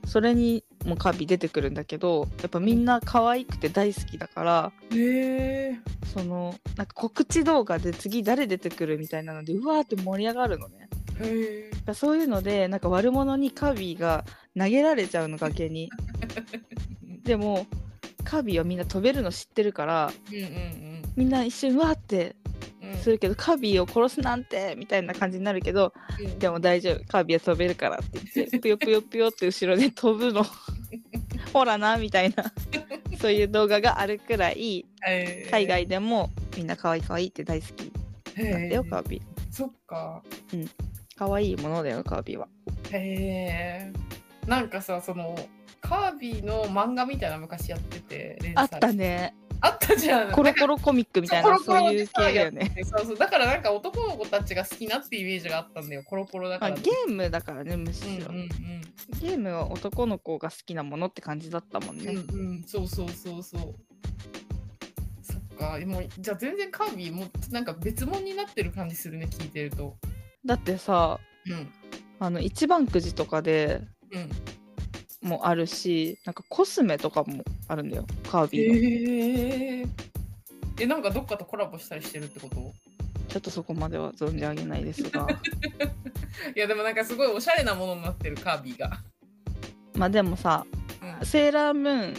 それにもカービィ出てくるんだけどやっぱみんな可愛くて大好きだから
へえ。
そのなんか告知動画で次誰出てくるみたいなのでうわーって盛り上がるのね
へえ。
だからそういうのでなんか悪者にカービィが投げられちゃうの崖
[laughs]
にでもカービィはみんな飛べるの知ってるから
うんうん
みんな一瞬わーって
うんうん。
するけど、カービィを殺すなんてみたいな感じになるけど
うん
でも大丈夫カービィは飛べるからって言ってぷよぷよぷよって後ろで飛ぶ
[laughs]
のほらなみたいなそういう動画があるくらい
へえ
海外でもみんな可愛い可愛いって大好き
へ
なんだよカ
え。
ービィ
そっか。
可愛いものだよカービィは
へえ。なんかさそのカービィの漫画みたいなの昔やってて連
あっ
載
たね
あったじゃん。
コロ
なんか
コロコミックみたいな
そうコロコ
そ
ロ
ういう系だよね
そうそうだからなんか男の子たちが好きなってイメージがあったんだよコロコロだ
ま
か
あ
ら。
ゲームだからねむし
うんうん
ろ、
うん。
ゲームは男の子が好きなものって感じだったもんね、
うんうん、そうそうそうそう。そっか、でもじゃあ全然カービィもなんか別物になってる感じするね、聞いてると。
だってさ
うん。
あの一番くじとかで
うん。
もあるしなんかコスメとかもあるんだよカービィの、
えー、え、なんかどっかとコラボしたりしてるってこと
ちょっとそこまでは存じ上げないですが [laughs]
いや、でもなんかすごいおしゃれなものになってる、カービィが。
まあでもさ
うん
セーラームーン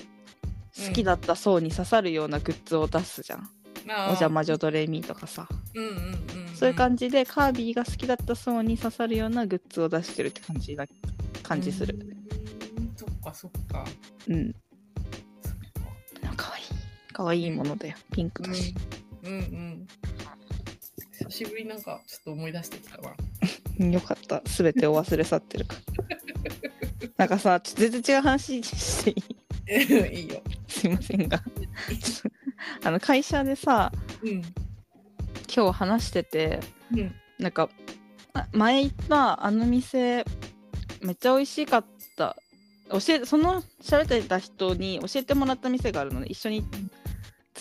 好きだった層に刺さるようなグッズを出すじゃん、
なあ
お邪魔女ドレミとかさ、
うんうんうん、うん。
そういう感じでカービィが好きだった層に刺さるようなグッズを出してるって感じだ感じする
うーんそっかそっか。
うん
そっか
可愛い可愛いものだよピンクだし、
うんうんうん。久しぶりになんかちょっと思い出して
[laughs]
きたわ。 [laughs]
よかった全てお忘れ去ってるから [laughs] なんかさちょっと全然違う話していい [laughs]
いいよ。
すいませんが [laughs] ちょっとあの会社でさ
うん。
今日話してて
うん。
なんかあ前行ったあの店めっちゃ美味しかった教えその喋ってた人に教えてもらった店があるので一緒に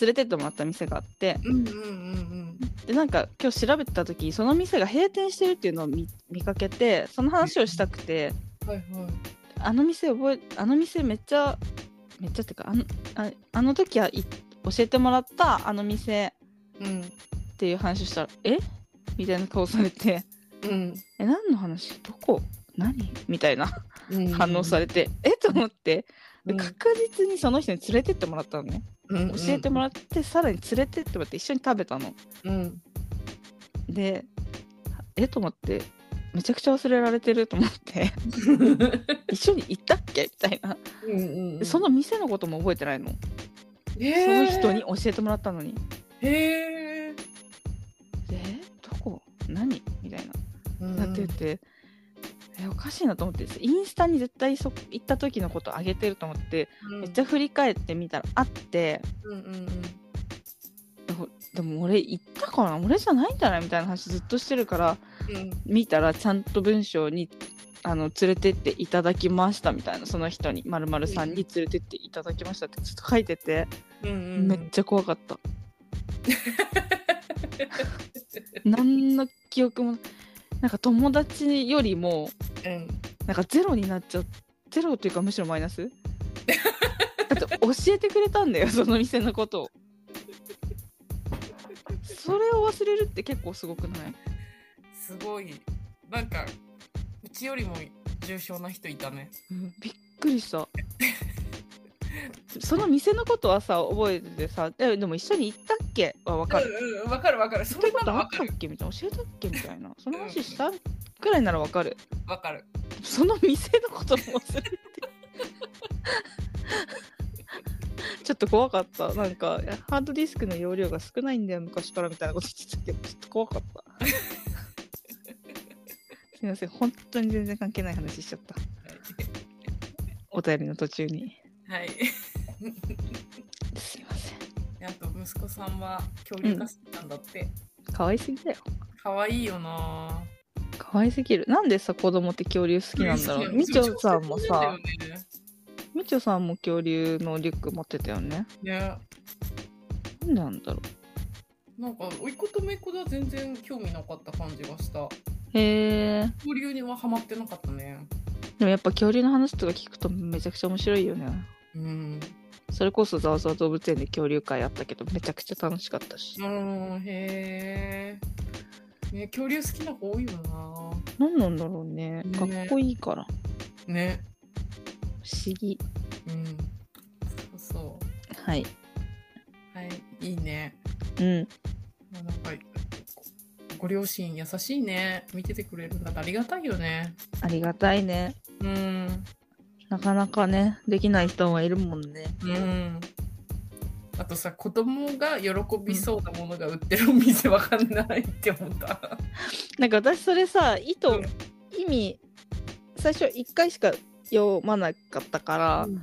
連れてってもらった店があって
うんうんうん
でなんか今日調べてた時その店が閉店してるっていうのを見見かけてその話をしたくて
うん。はいはい。
あの店覚えあの店めっちゃめっちゃってかあのああの時はい教えてもらったあの店
うん。
っていう話をしたら「えみたいな顔されて
うん。
「え何の話どこ何?」みたいな
うん
反応されて「えっ?」と思ってで
うん
確実にその人に連れてってもらったのね
うん、
教えてもらってさらに連れてってもらって一緒に食べたの。
うん。
でえと思ってめちゃくちゃ忘れられてると思って
[laughs]
一緒に行ったっけみたいな、
うんうん、
その店のことも覚えてないの、
へ
その
ー
人に教えてもらったのに
へえ、
えどこ何みたいな
うん
なってて、えおかしいなと思ってインスタに絶対そ行った時のこと上げてると思って、めっちゃ振り返ってみたらあって
うんうんうん
でも俺行ったかな俺じゃないんじゃないみたいな話ずっとしてるから
うん
見たらちゃんと文章にあの連れてっていただきましたみたいなその人に〇〇さんに連れてっていただきましたってちょっと書いてて、
うんうん
めっちゃ怖かった何の記憶もなんか友達よりも
うん
なんかゼロになっちゃゼロというかむしろマイナス [laughs] だって教えてくれたんだよその店のことをそれを忘れるって結構すごくない
すごいなんかうちよりも重症な人いたね
びっくりしたその店のことはさ覚えててさえでも一緒に行ったっけは分かる
うんうんわかるわかるそ
行っ
れ
たこ
な
と
の
あ
わ
っ
か
たっ
る
けみたいな教えたっけみたいなその話したくらいなら分かる
わかる
その店のことも忘れてちょっと怖かったなんかハードディスクの容量が少ないんだよ昔からみたいなこと言ってたけどちょっと怖かったすいません本当に全然関係ない話しちゃったお便りの途中に
はい
すいません
であと息子さんは恐竜が好きなんだって、
可愛すぎだよ
可愛いよな
可愛すぎるなんでさ子供って恐竜好きなんだろうみちょさんもさ
好きなんだよね
みちょさんも恐竜のリュック持ってたよね
ね
なんでなんだろ
なんか甥っ子と姪っ子では全然興味なかった感じがした
うへえ
恐竜にはハマってなかったね
でもやっぱ恐竜の話とか聞くとめちゃくちゃ面白いよね。
うん
それこそざわざわ動物園で恐竜会あったけどめちゃくちゃ楽しかったし
う。んへえ、ね、恐竜好きな子多いよな
何なんだろうね。
ね
かっこいいから。
ね
不思議。
うんそうそ
はい。
うはいいいね
うん。
まあなんかご両親優しいね見ててくれるんだからありがたいよね
ありがたいね。
うん
なかなかね、できない人もいるもんね。
うんあとさ子供が喜びそうなものが売ってるお店わかんないって思った
なんか私それさ、意図、
うん
意味、最初1回しか読まなかったから、
うん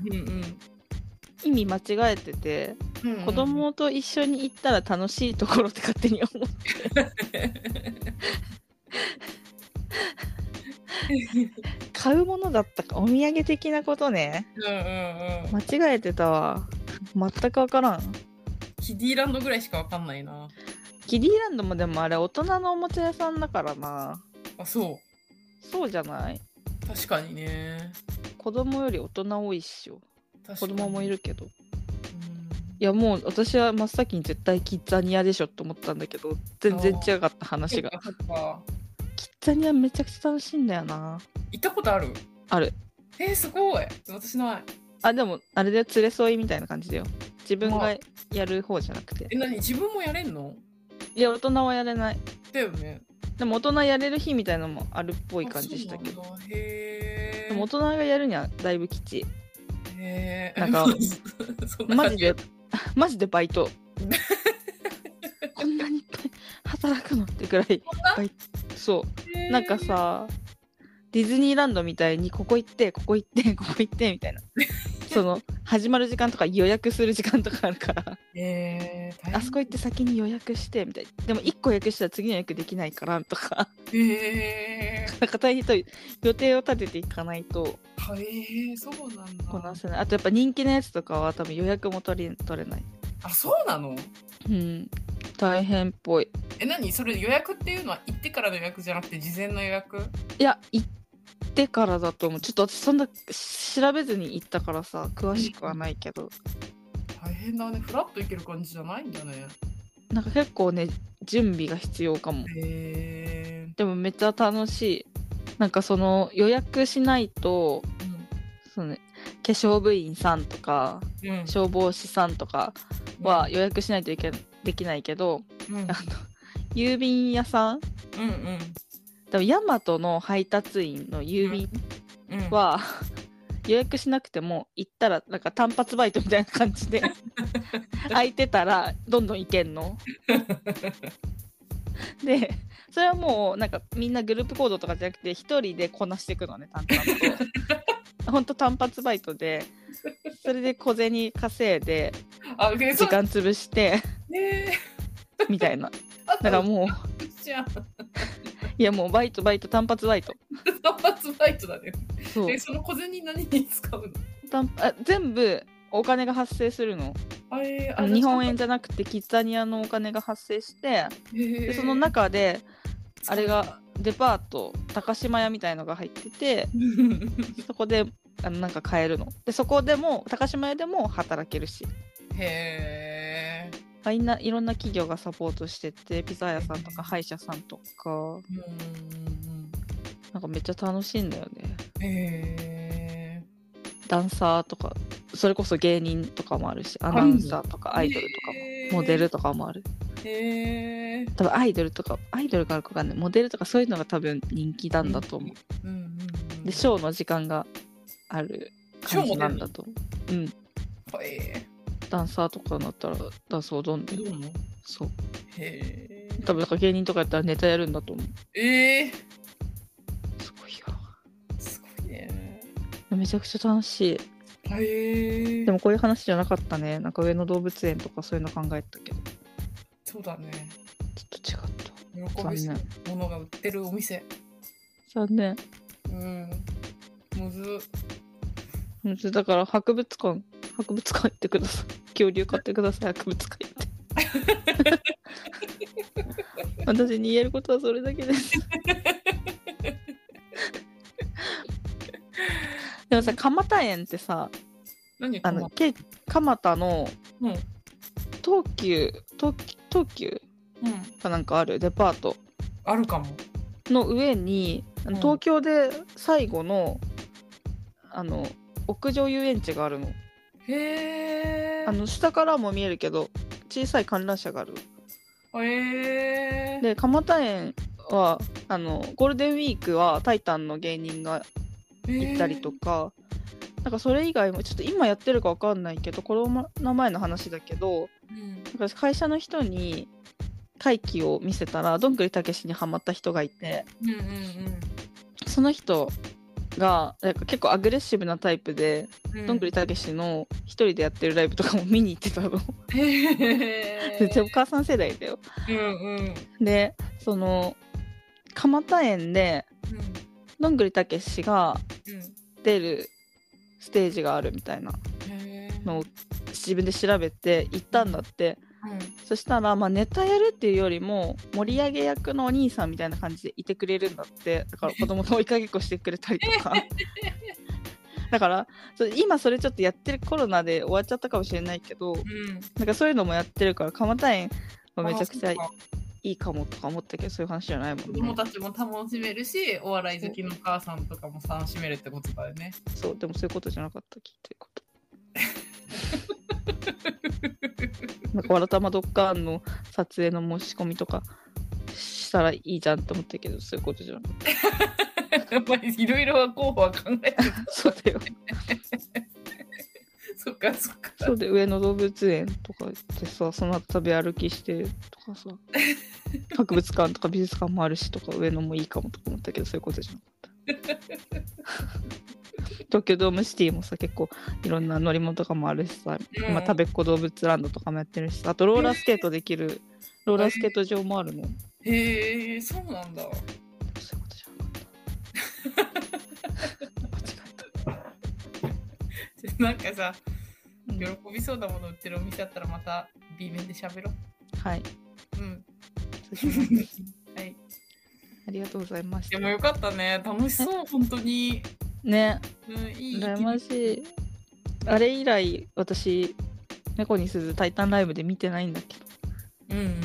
意味間違えてて、
うん
子供と一緒に行ったら楽しいところって勝手に思って。買うものだったか、お土産的なことね。
うんうんうん
間違えてたわ全く分からん
キディランドぐらいしかわかんないな
キディランドもでもあれ大人のおもちゃ屋さんだからな
あそ
そうじゃないう
確かにね
子供より大人多いっしょ
確
子
かに
供もいるけど
う
い
ん
やもう私は真っ先に絶対キッザニアでしょって思ったんだけど全然違かった話が
そっかそっか
キッザニアめちゃくちゃ楽しいんだよな
行ったことある
ある
えー、すごい私ない
あでもあれで連れ添いみたいな感じだよ自分
ま
が
あ
やる方じゃなくて
え何自分もやれんの
いや大人はやれない
だよね
でも大人やれる日みたいなのもあるっぽい感じしたけど
あそうなんだへえ
でも大人がやるにはだいぶ吉
へえ
なんか
[laughs] そんな
マ
感
ジ
じ
で、 [laughs] マジでバイト。こんなにいっぱい働くのってくらい、バイト。そう。なんかさ、ディズニーランドみたいに、ここ行って、ここ行って、ここ行って、みたい [laughs] な。その、始まる時間とか予約する時間とかあるから、
へえ大変
あそこ行って先に予約して、みたいな。でも、1個予約したら次の予約できないから、とか、
へえ
なんか大変と予定を立てていかないと
へえそうなんだ
こなせない。あと、やっぱ人気のやつとかは多分予約も取り取れない。
あそうなの
うん。大変っぽい。
え何それ予約っていうのは行ってからの予約じゃなくて事前の予約
いや行ってからだと思うちょっと私そんな調べずに行ったからさ詳しくはないけど
大変だねフラッと行ける感じじゃないんだね
なんか結構ね準備が必要かも
へえ
でもめっちゃ楽しいなんかその予約しないとその、ね、化粧部員さんとか
うんうん
消防士さんとかは予約しないといけできないけど
うんうん
あの郵便屋さん
うん
でもヤマトの配達員の郵便
うん、
は、予約しなくても行ったらなんか単発バイトみたいな感じ
[laughs]
で空いてたらどんどん行けんの。でそれはもうなんかみんなグループ行動とかじゃなくて一人でこなしていくのね淡々
[laughs]
と。ほんと単発バイトでそれで小銭稼いで
あ、え
時
そう
間潰して
ねえ。
みたいな
あ
だから
う。
もう
じゃあ、 [laughs]
いやもうバイトバイト単発バイト
単発バイトだね。
そう
え、その小銭何に使うの
単あ全部お金が発生するの
あえー、
あ
あ
の日本円
じ
じゃなくてキッザニアのお金が発生して
ゃ、へ
で
ー
その中であれが。デパート高島屋みたいのが入ってて
うん
そこであのなんか買えるのでそこでも高島屋でも働けるし
へえ。
あいんないろんな企業がサポートしててピザ屋さんとか歯医者さんとか
うんうん
なんかめっちゃ楽しいんだよね
うん。へえ。
ダンサーとかそれこそ芸人とかもあるしアナウンサーとかアイドルとかも
へー
モデル。とかもある
へえ。
多分アイドルとかアイドルがあるかわかんないモデルとかそういうのが多分人気なんだと思う
うんうんうん。
でショーの時間がある感じなんだと思ううん
へ
ダンサーとかになったらダンス踊んで
ーどうも
そう
へ
多分だから芸人とかやったらネタやるんだと思
え。え
うすごいよ
ー、すごいね。
めちゃくちゃ楽し
へえ。
いでもこういう話じゃなかったねなんか上野動物園とかそういうの考えたけど
そうだね。
ちょっと違った
喜びし
残
ものが売ってるお店。
残念
うん。むずっ。
うんだから博物館博物館行ってください恐竜買ってください博物館行って私に言えることはそれだけですでもさ蒲田園ってさ
何
あのけ蒲田の
うん。うん。
東急東東急かなんかあるデパート
あるかも。
の上にあの
うん
東京で最後の、あの屋上遊園地があるの
へえ。
あの下からも見えるけど小さい観覧車がある
へえ。
で蒲田園はあのゴールデンウィークは「タイタン」の芸人が行ったりとか、なんかそれ以外もちょっと今やってるか分かんないけどコロナ前の話だけど
うん。
なんか会社の人に会期を見せたらどんぐりたけしにハマった人がいて
うんうん
その人がなんか結構アグレッシブなタイプで、
うん。
どんぐりたけしの一人でやってるライブとかも見に行ってたの
[laughs] へ
全然
え。
お母さん世代だよ
うんうん。うん
でその蒲田園でどんぐりたけしが
う。
出るステージがあるみたいなん
へえ。
のを自分で調べて行ったんだって
うん。
そしたら、まあ、ネタやるっていうよりも盛り上げ役のお兄さんみたいな感じでいてくれるんだってだから子供の追いかけっこしてくれたりとかだからそう今それちょっとやってるコロナで終わっちゃったかもしれないけど
うん。
なんかそういうのもやってるから蒲田園はめちゃくちゃ
あ
い
そっか
いかもとか思ったけどそういう話じゃないもん
子供
ね。
たちも楽しめるし、お笑い好きのお母さんとかも楽しめるってことだよ
[laughs]
ね。
そうでもそういうことじゃなかったきっということ。なんか「わらたまドッカーン」の撮影の申し込みとかしたらいいじゃんって思ったけどそういう [laughs] ことじゃなかっ
やっぱりいろいろ候補は考えてる。
たそうだ
[laughs]
よ
そっかそっか。
そうで上野動物園とかでさその後食べ歩きしてとかさ博物館とか美術館もあるしとか上野もいいかもとか思ったけどそういうことじゃなか
[laughs]
った東京ドームシティもさ結構いろんな乗り物とかもあるしさ、
うん
今食べっ子動物ランドとかもやってるしさあとローラースケートできるローラースケート場もあるの、
へえ、そうなんだ。
そういうことじゃなかった間違えた
なんかさ、
うん [laughs]
喜びそうなもの売ってるお店あったらまた B 面で喋ろ
はい。
う。うん。
そうします
はい。
ありがとうございまし
で
た。
もよかったね。楽しそう、本当に。
ね、
うん、いい。
羨ましい。あれ以来、私、猫に鈴、タイタンライブで見てないんだけど。
うんうんうん。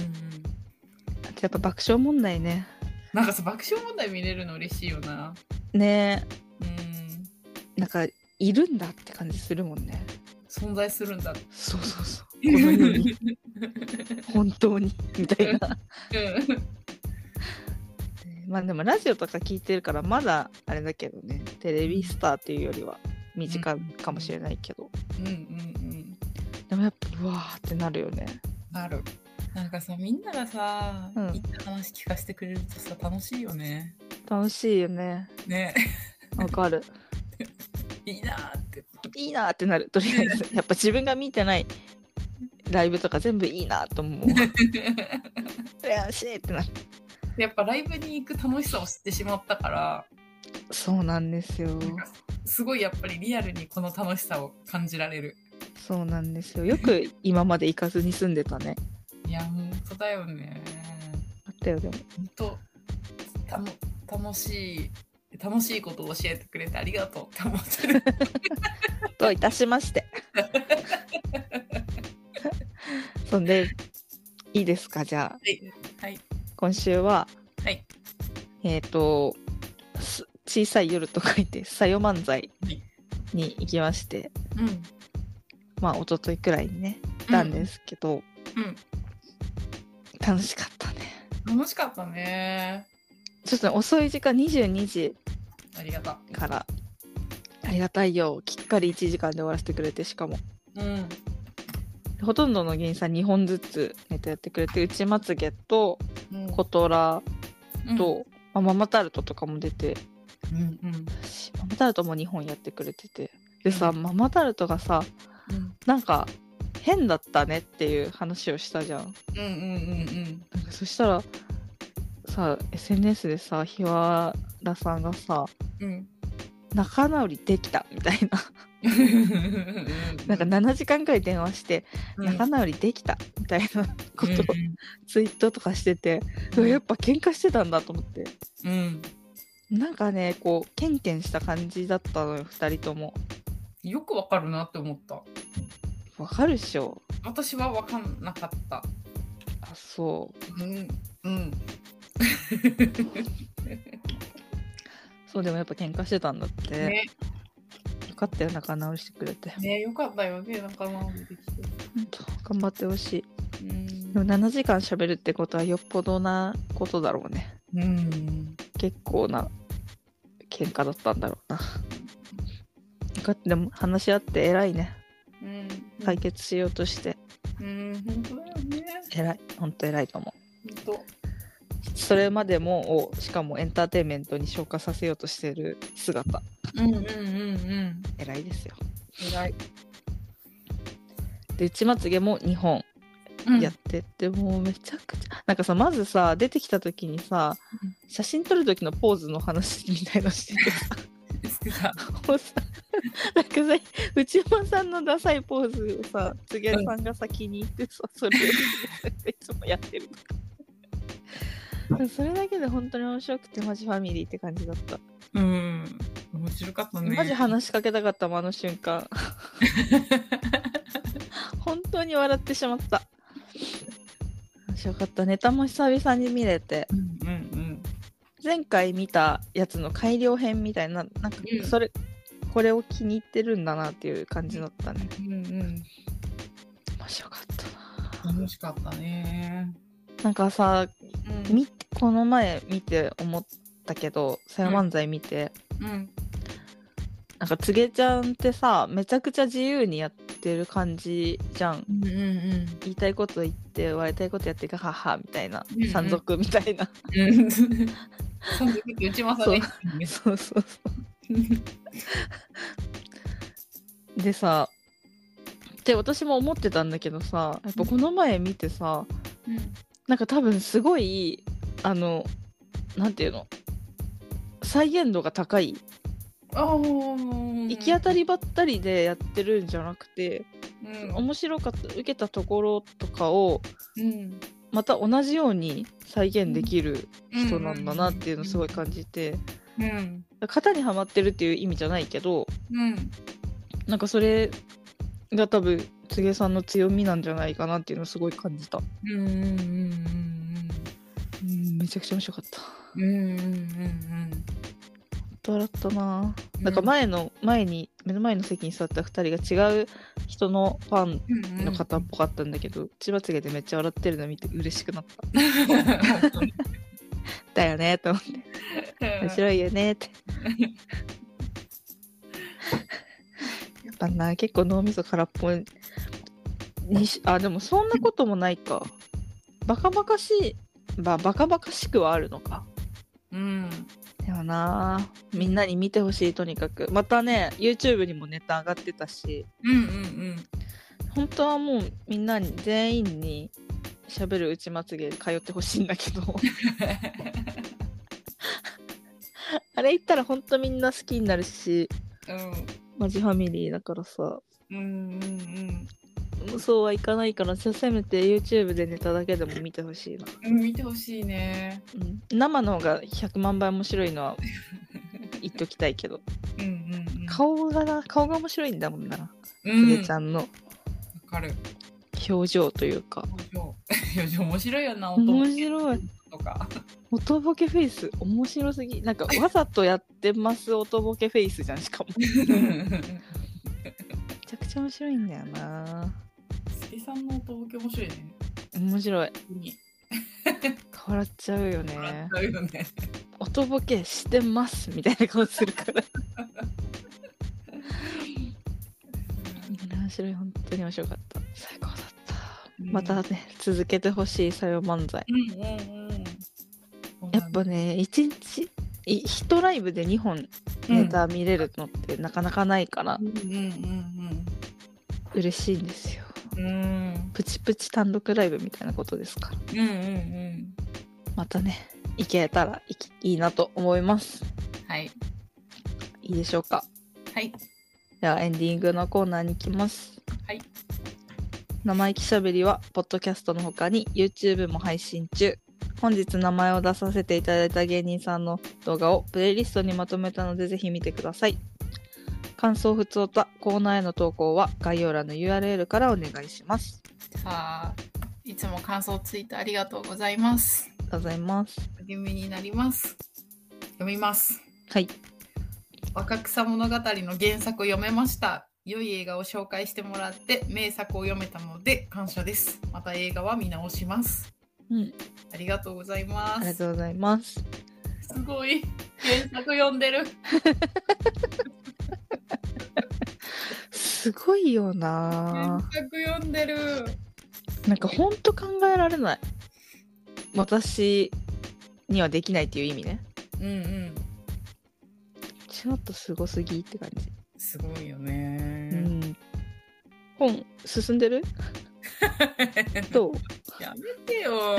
やっぱ爆笑問題ね。
なんかさ、爆笑問題見れるの嬉しいよな。
ね
うん。
なんか、いるんだって感じするもんね。
存在するんだ。こ
そうそうそう。この世に、 [laughs] 本当に、みたいな。
うん。
ね [laughs] まあでもラジオとか聞いてるからまだあれだけどねテレビスターっていうよりは身近かもしれないけど、
うんうん
でもやっぱうわーってなるよね
うんあるなんかさみんながさ、
うん
いい話聞かせてくれるとさ楽しいよね
楽しいよね
ね [laughs]
わかる
いいな
[laughs]
ーって
いいなーってなるとりあえずやっぱ自分が見てないライブとか全部いいなと思う嬉しいってなる
やっぱライブに行く楽しさを知ってしまったから
そうなんですよ
なんかすごいやっぱりリアルにこの楽しさを感じられる
そうなんですよよく今まで行かずに住んでたね
いや本当だよね
あったよでも
本当たの楽しい楽しいことを教えてくれてありがとうって思っ
[laughs]
てる
どういたしましてそんでいいですかじゃあ
はい
今週は
はい
えっ、とす小さい夜と書いてさよ漫才
はい
に行きまして
うん、
まあ一昨日くらいにね行ったんですすけど、
うん
楽しかったね
うん、楽しかったね
ちょっとね遅い時間22時
ありがと
からありがたいよきっかり1時間で終わらせてくれてしかも
ううん
ほとんどの芸人さん2本ずつネタやってくれてうちまつげと
うん
コトラ
うん
と、まあママタルトとかも出て
うんうん
私ママタルトも2本やってくれててでさ、
うん
ママタルトがさ
うん
なんか変だったねっていう話をしたじゃん
うんうんうん
なんかそしたらさ SNS でさひわらさんがさ
うんうん
仲直りできたみたいな [laughs] なんか
か
7時間くらい電話して仲直りできたみたいなことをツイートとかしてて、うわやっぱ喧嘩してたんだと思って
うん
なんかねこうケンケンした感じだったのよ2人とも
よくわかるなって思った
わかるっしょ
私はわかんなかった
あそう
うんうん
そうでもやっぱ喧嘩してたんだって、
[laughs] ね
よかったよ仲直りしてくれて
ねよかったよね仲間もできて
ほんと頑張ってほしいで
う
も7時間喋るってことはよっぽどなことだろうね
ん
結構な喧嘩だったんだろうなよかったでも話し合って偉いね
うん
解決しようとして
うん本当だよね
偉いほんと偉いと思う
本
それまでもをしかもエンターテインメントに昇華させようとしてる姿
当うんうんうんうん
偉いですよ
偉い
で内まつげも2本やってって、もうめちゃくちゃなんかさまずさ出てきた時にさ
うん
写真撮る時のポーズの話みたいのして [laughs] てさ
してた
もうさなんかさ内山さんのダサいポーズをさつげさんがさ気に入ってさそれをいつもやってるとか [laughs] それだけで本当に面白くてマジファミリーって感じだった
うん面白かったね
マジ話しかけたかったもんあの瞬間 [laughs] 本当に笑ってしまった面白かったネタも久々に見れて
うんうん
前回見たやつの改良編みたいななんか
うん
それ、これを気に入ってるんだなっていう感じだったね
うんうん
面白かったな
うん楽しかったね
なんかさ
うん
みこの前見て思ったけど「さよ漫才」見て、
うん
なんかつげちゃんってさめちゃくちゃ自由にやってる感じじゃん
うんうん
言いたいこと言って言われたいことやってガハハみたいな
うんうん
山賊みたい [laughs] な、
うんその時内間さんが言ってたね
そうそうそ
うん
うでさって私も思ってたんだけどさやっぱこの前見てさなんか多分すごいあのなんていうの再現度が高い
ああ
行き当たりばったりでやってるんじゃなくて、
うん
面白かった受けたところとかを
うん
また同じように再現できる人なんだなっていうのをすごい感じて
うん
型にはまってるっていう意味じゃないけど
うん
なんかそれが多分つげさんの強みなんじゃないかなっていうのをすごい感じた、
うんうんうん
うん、めちゃくちゃ面白かった
うんうんうんうん
笑ったなぁ、
うん
なんか前の前に目の前の席に座った2人が違う人のファン
うんうん
の方っぽかったんだけど、千葉つげでめっちゃ笑ってるの見て嬉しくなった
本当に
だよねと思って面白いよねってやっぱな結構脳みそ空っぽにしあでもそんなこともないかバカバカしいばバカバカしくはあるのか
うん。
でもなみんなに見てほしいとにかくまたね YouTube にもネタ上がってたし
うんうん
本当はもうみんなに全員に喋るうちまつげ通ってほしいんだけど [laughs] あれ行ったら本当みんな好きになるしマジファミリーだからさ
うん。うん。うんうんうん。
そうはいかないからせめて YouTube でネタだけでも見てほしいな、
うん見てほしいね。
うん、生の方が100万倍面白いのは言っときたいけど
うんうんうん。
[laughs] 顔がな顔が面白いんだもんな
う
く
ん。
でち
わ
ゃんの
かる。
表情というか
表情。 [laughs] 表情面白いよな、音
面白い
とか。
音ボケフェイス面白すぎなんかわざとやってます音ボケフェイスじゃんしかもめちゃくちゃ面白いんだよな
すきさんの音ボケ面白いね。
面白い
本当に。
笑っちゃうよね
笑っちゃうよね。
音ボケしてますみたいな顔するから面白い本当に面白かった最高だった
うん
またね続けてほしいさよ漫才
うんうんうん。そう
や
なん
っ
だ
ぱね一日い一ライブで2本ネタ見れるのってなかなかないから
うんうんうん
嬉しいんですよ
うん。うん
プチプチ単独ライブみたいなことですから
うんうんうん。
またね行けたらいきいいなと思います
はい。
いいでしょうか
はい。
ではエンディングのコーナーに行きます
はい
生意気しゃべりはポッドキャストの他に YouTube も配信中本日名前を出させていただいた芸人さんの動画をプレイリストにまとめたのでぜひ見てください感想不通おたコーナーへの投稿は概要欄の URL からお願いします
さあ、いつも感想ツイートありがとうございます。
ありがとうございます
励みになります。読みます。
はい
若草物語の原作を読めました。良い映画を紹介してもらって名作を読めたので感謝です。また映画は見直します。
うん、
ありがとうございま
ありが
す。
とうございます。
すごい原作読んでる。
すごいよな
原
ぁ。
作読んでる。
なんかほんと考えられない。私にはできないっていう意味ね。
うんうん。
ちょっとすごすぎって感じ。
すごいよ
う
ね。
ん。本進んでる
[laughs]
どう
やめてよ。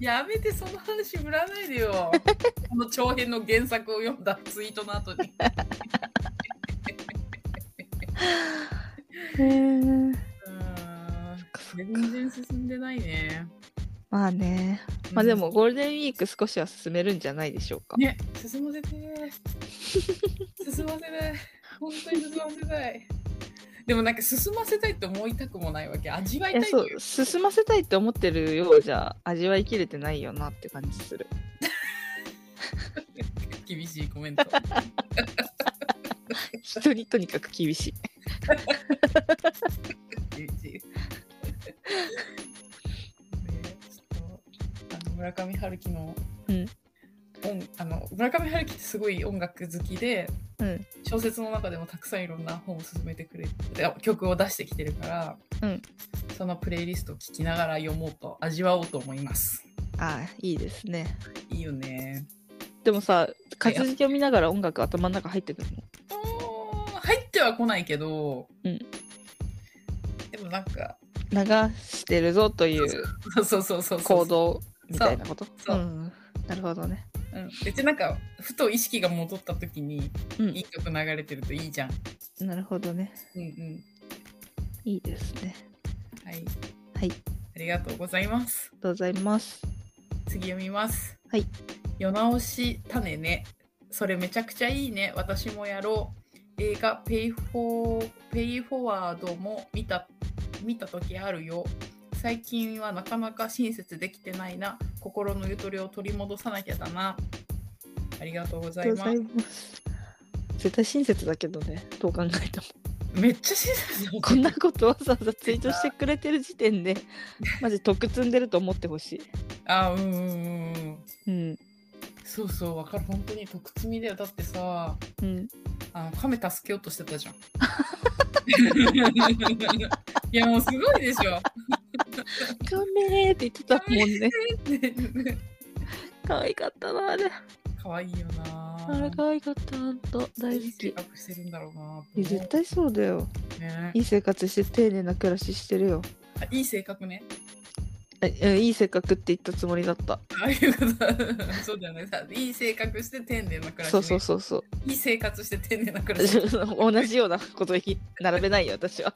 やめてその話振らないでよ。この長編の原作を読んだツイートの後に。
へー
うーん全然進んでないね。
まあね。まあでもゴールデンウィーク少しは進めるんじゃないでしょうか。
ね、進ませてー。進ませない。本当に進ませたい。でもなんか進ませたいって思いたくもないわけ。味わい
い
た
や
い
そ
という
う進ませたいって思ってるようじゃ味わいきれてないよなって感じする
厳しい
[laughs]
コメント。
人にとにかく厳しい
厳しい。ねちょっとあの村上春樹の、
うん
音あの村上春樹ってすごい音楽好きで、
うん
小説の中でもたくさんいろんな本を勧めてくれて曲を出してきてるから、
うん
そのプレイリストを聴きながら読もうと味わおうと思います。
ああいいですね
いいよね。
でもさ活字読みながら音楽頭の中入ってくるの
おー入っては来ないけど、
うん
でもなんか
流してるぞという
そうそうそうそうそう
行動みたいなこと、
そうそうん
なるほどね
うん、別になんかふと意識が戻った時に
う
いい
ん
曲流れてるといいじゃん。
なるほどね
うんうん。
いいですね
はい。
はい
ありがとうございます
あ。りがとうございます
次読みます。
はい。
世直し種ね。それめちゃくちゃいいね。私もやろう。映画ペイフォー、ペイフォワードも見た、見た時あるよ。最近はなかなか親切できてないな。心のゆとりを取り戻さなきゃだな。ありがとうご
あ
ざいます。
ます絶対親切だけどねどう考えても
めっちゃ親切だもん
こんなことわざわざツイートしてくれてる時点でマジ得積んでると思ってほしい。
あうんうんうんうん
うん
そうそうわかる本当に徳積みだよだってさ
うん、
あの亀助けようとして
[laughs]
たじゃんいやもうすごいでしょ [laughs]
カメーって言ってたもんね。可愛かったなあれ。
可愛いよな
あれ可愛かったほんと大好き。
性
い
格してるんだろうな
や絶対そうだよ。
ね
いい生活して丁寧な暮らししてるよ。
あいい性格ね
えうんいい性格って言ったつもりだった。
ああいうことそうだよねさいい性格して丁寧な暮らし、ね、
そうそうそうそう。
いい生活して丁寧な暮らし
同じようなことに並べないよ私は。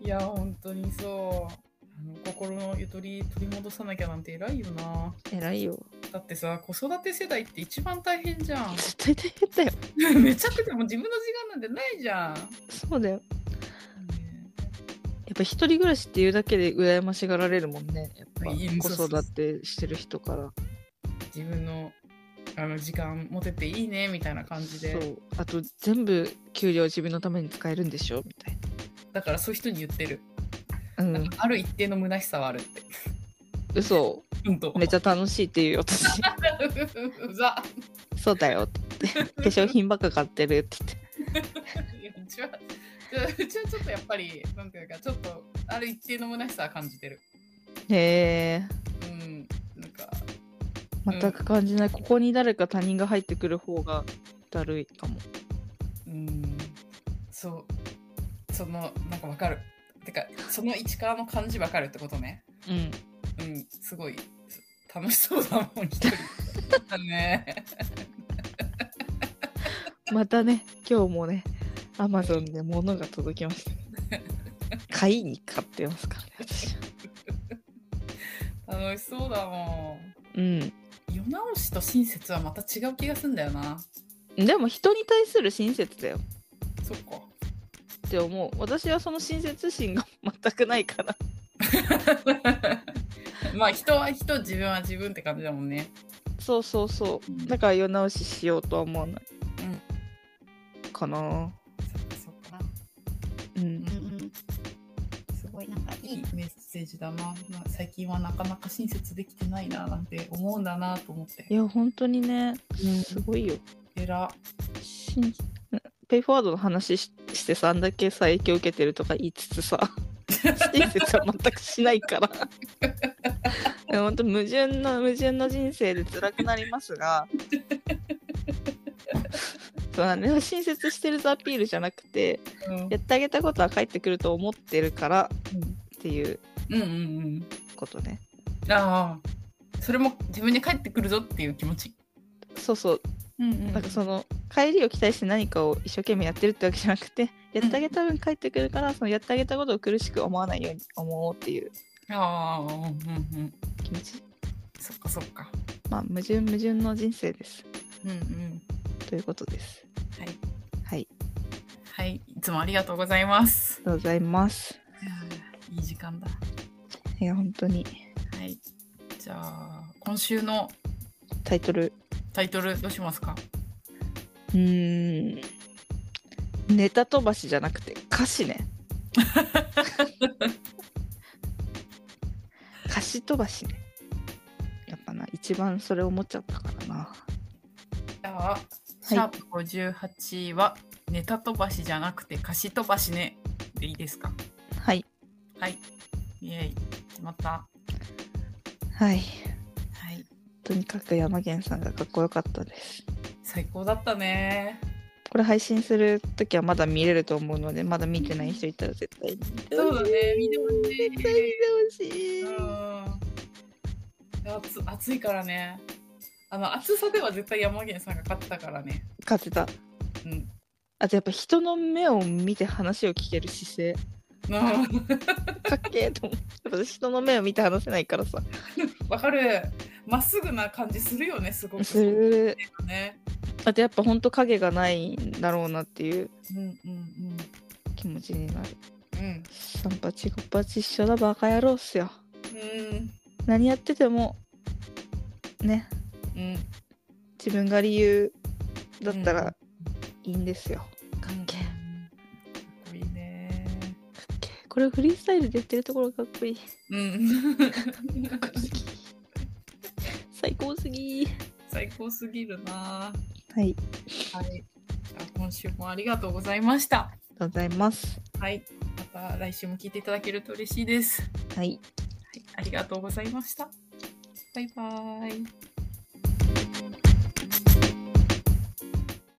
いや本当にそうあの心のゆとり取り戻さなきゃなんて偉いよな
[laughs] 偉いよ。
だってさ子育て世代って一番大変じゃん [laughs]
絶対大変だよ。
めちゃくちゃもう自分の時間なんてないじゃん、
そうだよ。
ね
やっぱ一人暮らしっていうだけで羨ましがられるもんね。やっぱ
いい
子育てしてる人から。
自分のあの時間持てていいねみたいな感じ
そ
で
う。あと全部給料自分のために使えるんでしょみたい
だからそういう人に言ってる、
な。うん。
ある一定の虚しさはあるって
嘘。
うんと
めっちゃ楽しいっていうよ私。 [laughs]
[laughs] うざ [laughs]
そうだよって言って。化粧品ばっか買ってるって言って。
いやうちはじゃあうちはちょっとやっぱりなんていうかちょっとある一定の虚しさは感じてる
へえ。
うんなんか
全く感じない。ここに誰か他人が入ってくる方がだるいかも。
うんそうそのなんかわかるてかその市川の感じわかるってことね
うん。
うんすごい楽しそうだもん一人
[laughs]
だね
またね、今日もね、アマゾンで物が届きました。買いに買ってますからね、私は。
楽しそうだも
うん。
ん世直しと親切はまた違う気がすんだよな
でも人に対する親切だよ
そっ [laughs] か
って思う。私はその親切心が全くないから。
まあ人は人自分は自分って感じだもんね
そうそうそうう。
ん
だから世直ししようとは思わない。かな
そっかそっか
うん。
すごいなんかいいメッセージだな、まあ、最近はなかなか親切できてないななんて思うんだなと思って
いや、本当にね、すごいよ。
えら
しんペイフォワードの話ししてさ、あんだけさ、影響受けてるとか言いつつさ、親切は全くしないから。でも本当矛盾の矛盾の人生で辛くなりますが、そうあれは親切してるぞアピールじゃなくて、
うん
やってあげたことは返ってくると思ってるからっていう
うんうん
ことね。
うんああそれも自分に返ってくるぞっていう気持ち
そうそう、
うんうん
なんかその帰りを期待して何かを一生懸命やってるってわけじゃなくて、やってあげた分返ってくるから、そのやってあげたことを苦しく思わないように思おうっていう
ああうんうんうん
気持ち。
そっかそっか
まあ矛盾矛盾の人生です。
うんうん
ということです。
はい
はい、
はいいつもありがとうございます
ありがとうございます。
いい時間だ
いや本当に
はいじゃあ今週の
タイトル
タイトルどうしますか
うーんネタ飛ばしじゃなくて歌詞
[laughs]
ね歌詞飛ばしねやっぱな一番それ思っちゃったからな
じゃあ、シャープ58はネタ飛ばしじゃなくて歌詞飛ばしねでいいですか
はい
はい。イエイ。決まった。は
はい
い。
とにかく山源さんがかっこよかったです
最高だったね。
これ配信する時はまだ見れると思うのでまだ見てない人いたら絶対見て
そう
ほ
だ
しい
ね。見て
絶対見てほしい
うん。暑暑いからね。あの暑さでは絶対山源さんが勝ったからね。
勝てた
うん。
あとやっぱ人の目を見て話を聞ける姿勢
うん
かっけえと思う。やっぱ人の目を見て話せないからさ。
わかる。まっすぐな感じするよね。すごく。
する。
ね。
あとやっぱほんと影がないんだろうなっていう
うんうん
気持ちになる。
うん。うん。
三八五八一緒だバカ野郎っすよ。
うん。
何やってても、ね、
うん。
自分が理由だった
う
らいいんですよ。
関係
けえこれフリースタイルでやってるところがかっこいい。
うん。
[laughs] 最高すぎ
最高すぎるな
はい。
はい。じゃあ今週もありがとうございました。
ありがとうございます。
はい。また来週も聞いていただけると嬉しいです。
はい。
はい、ありがとうございました。バイバイ。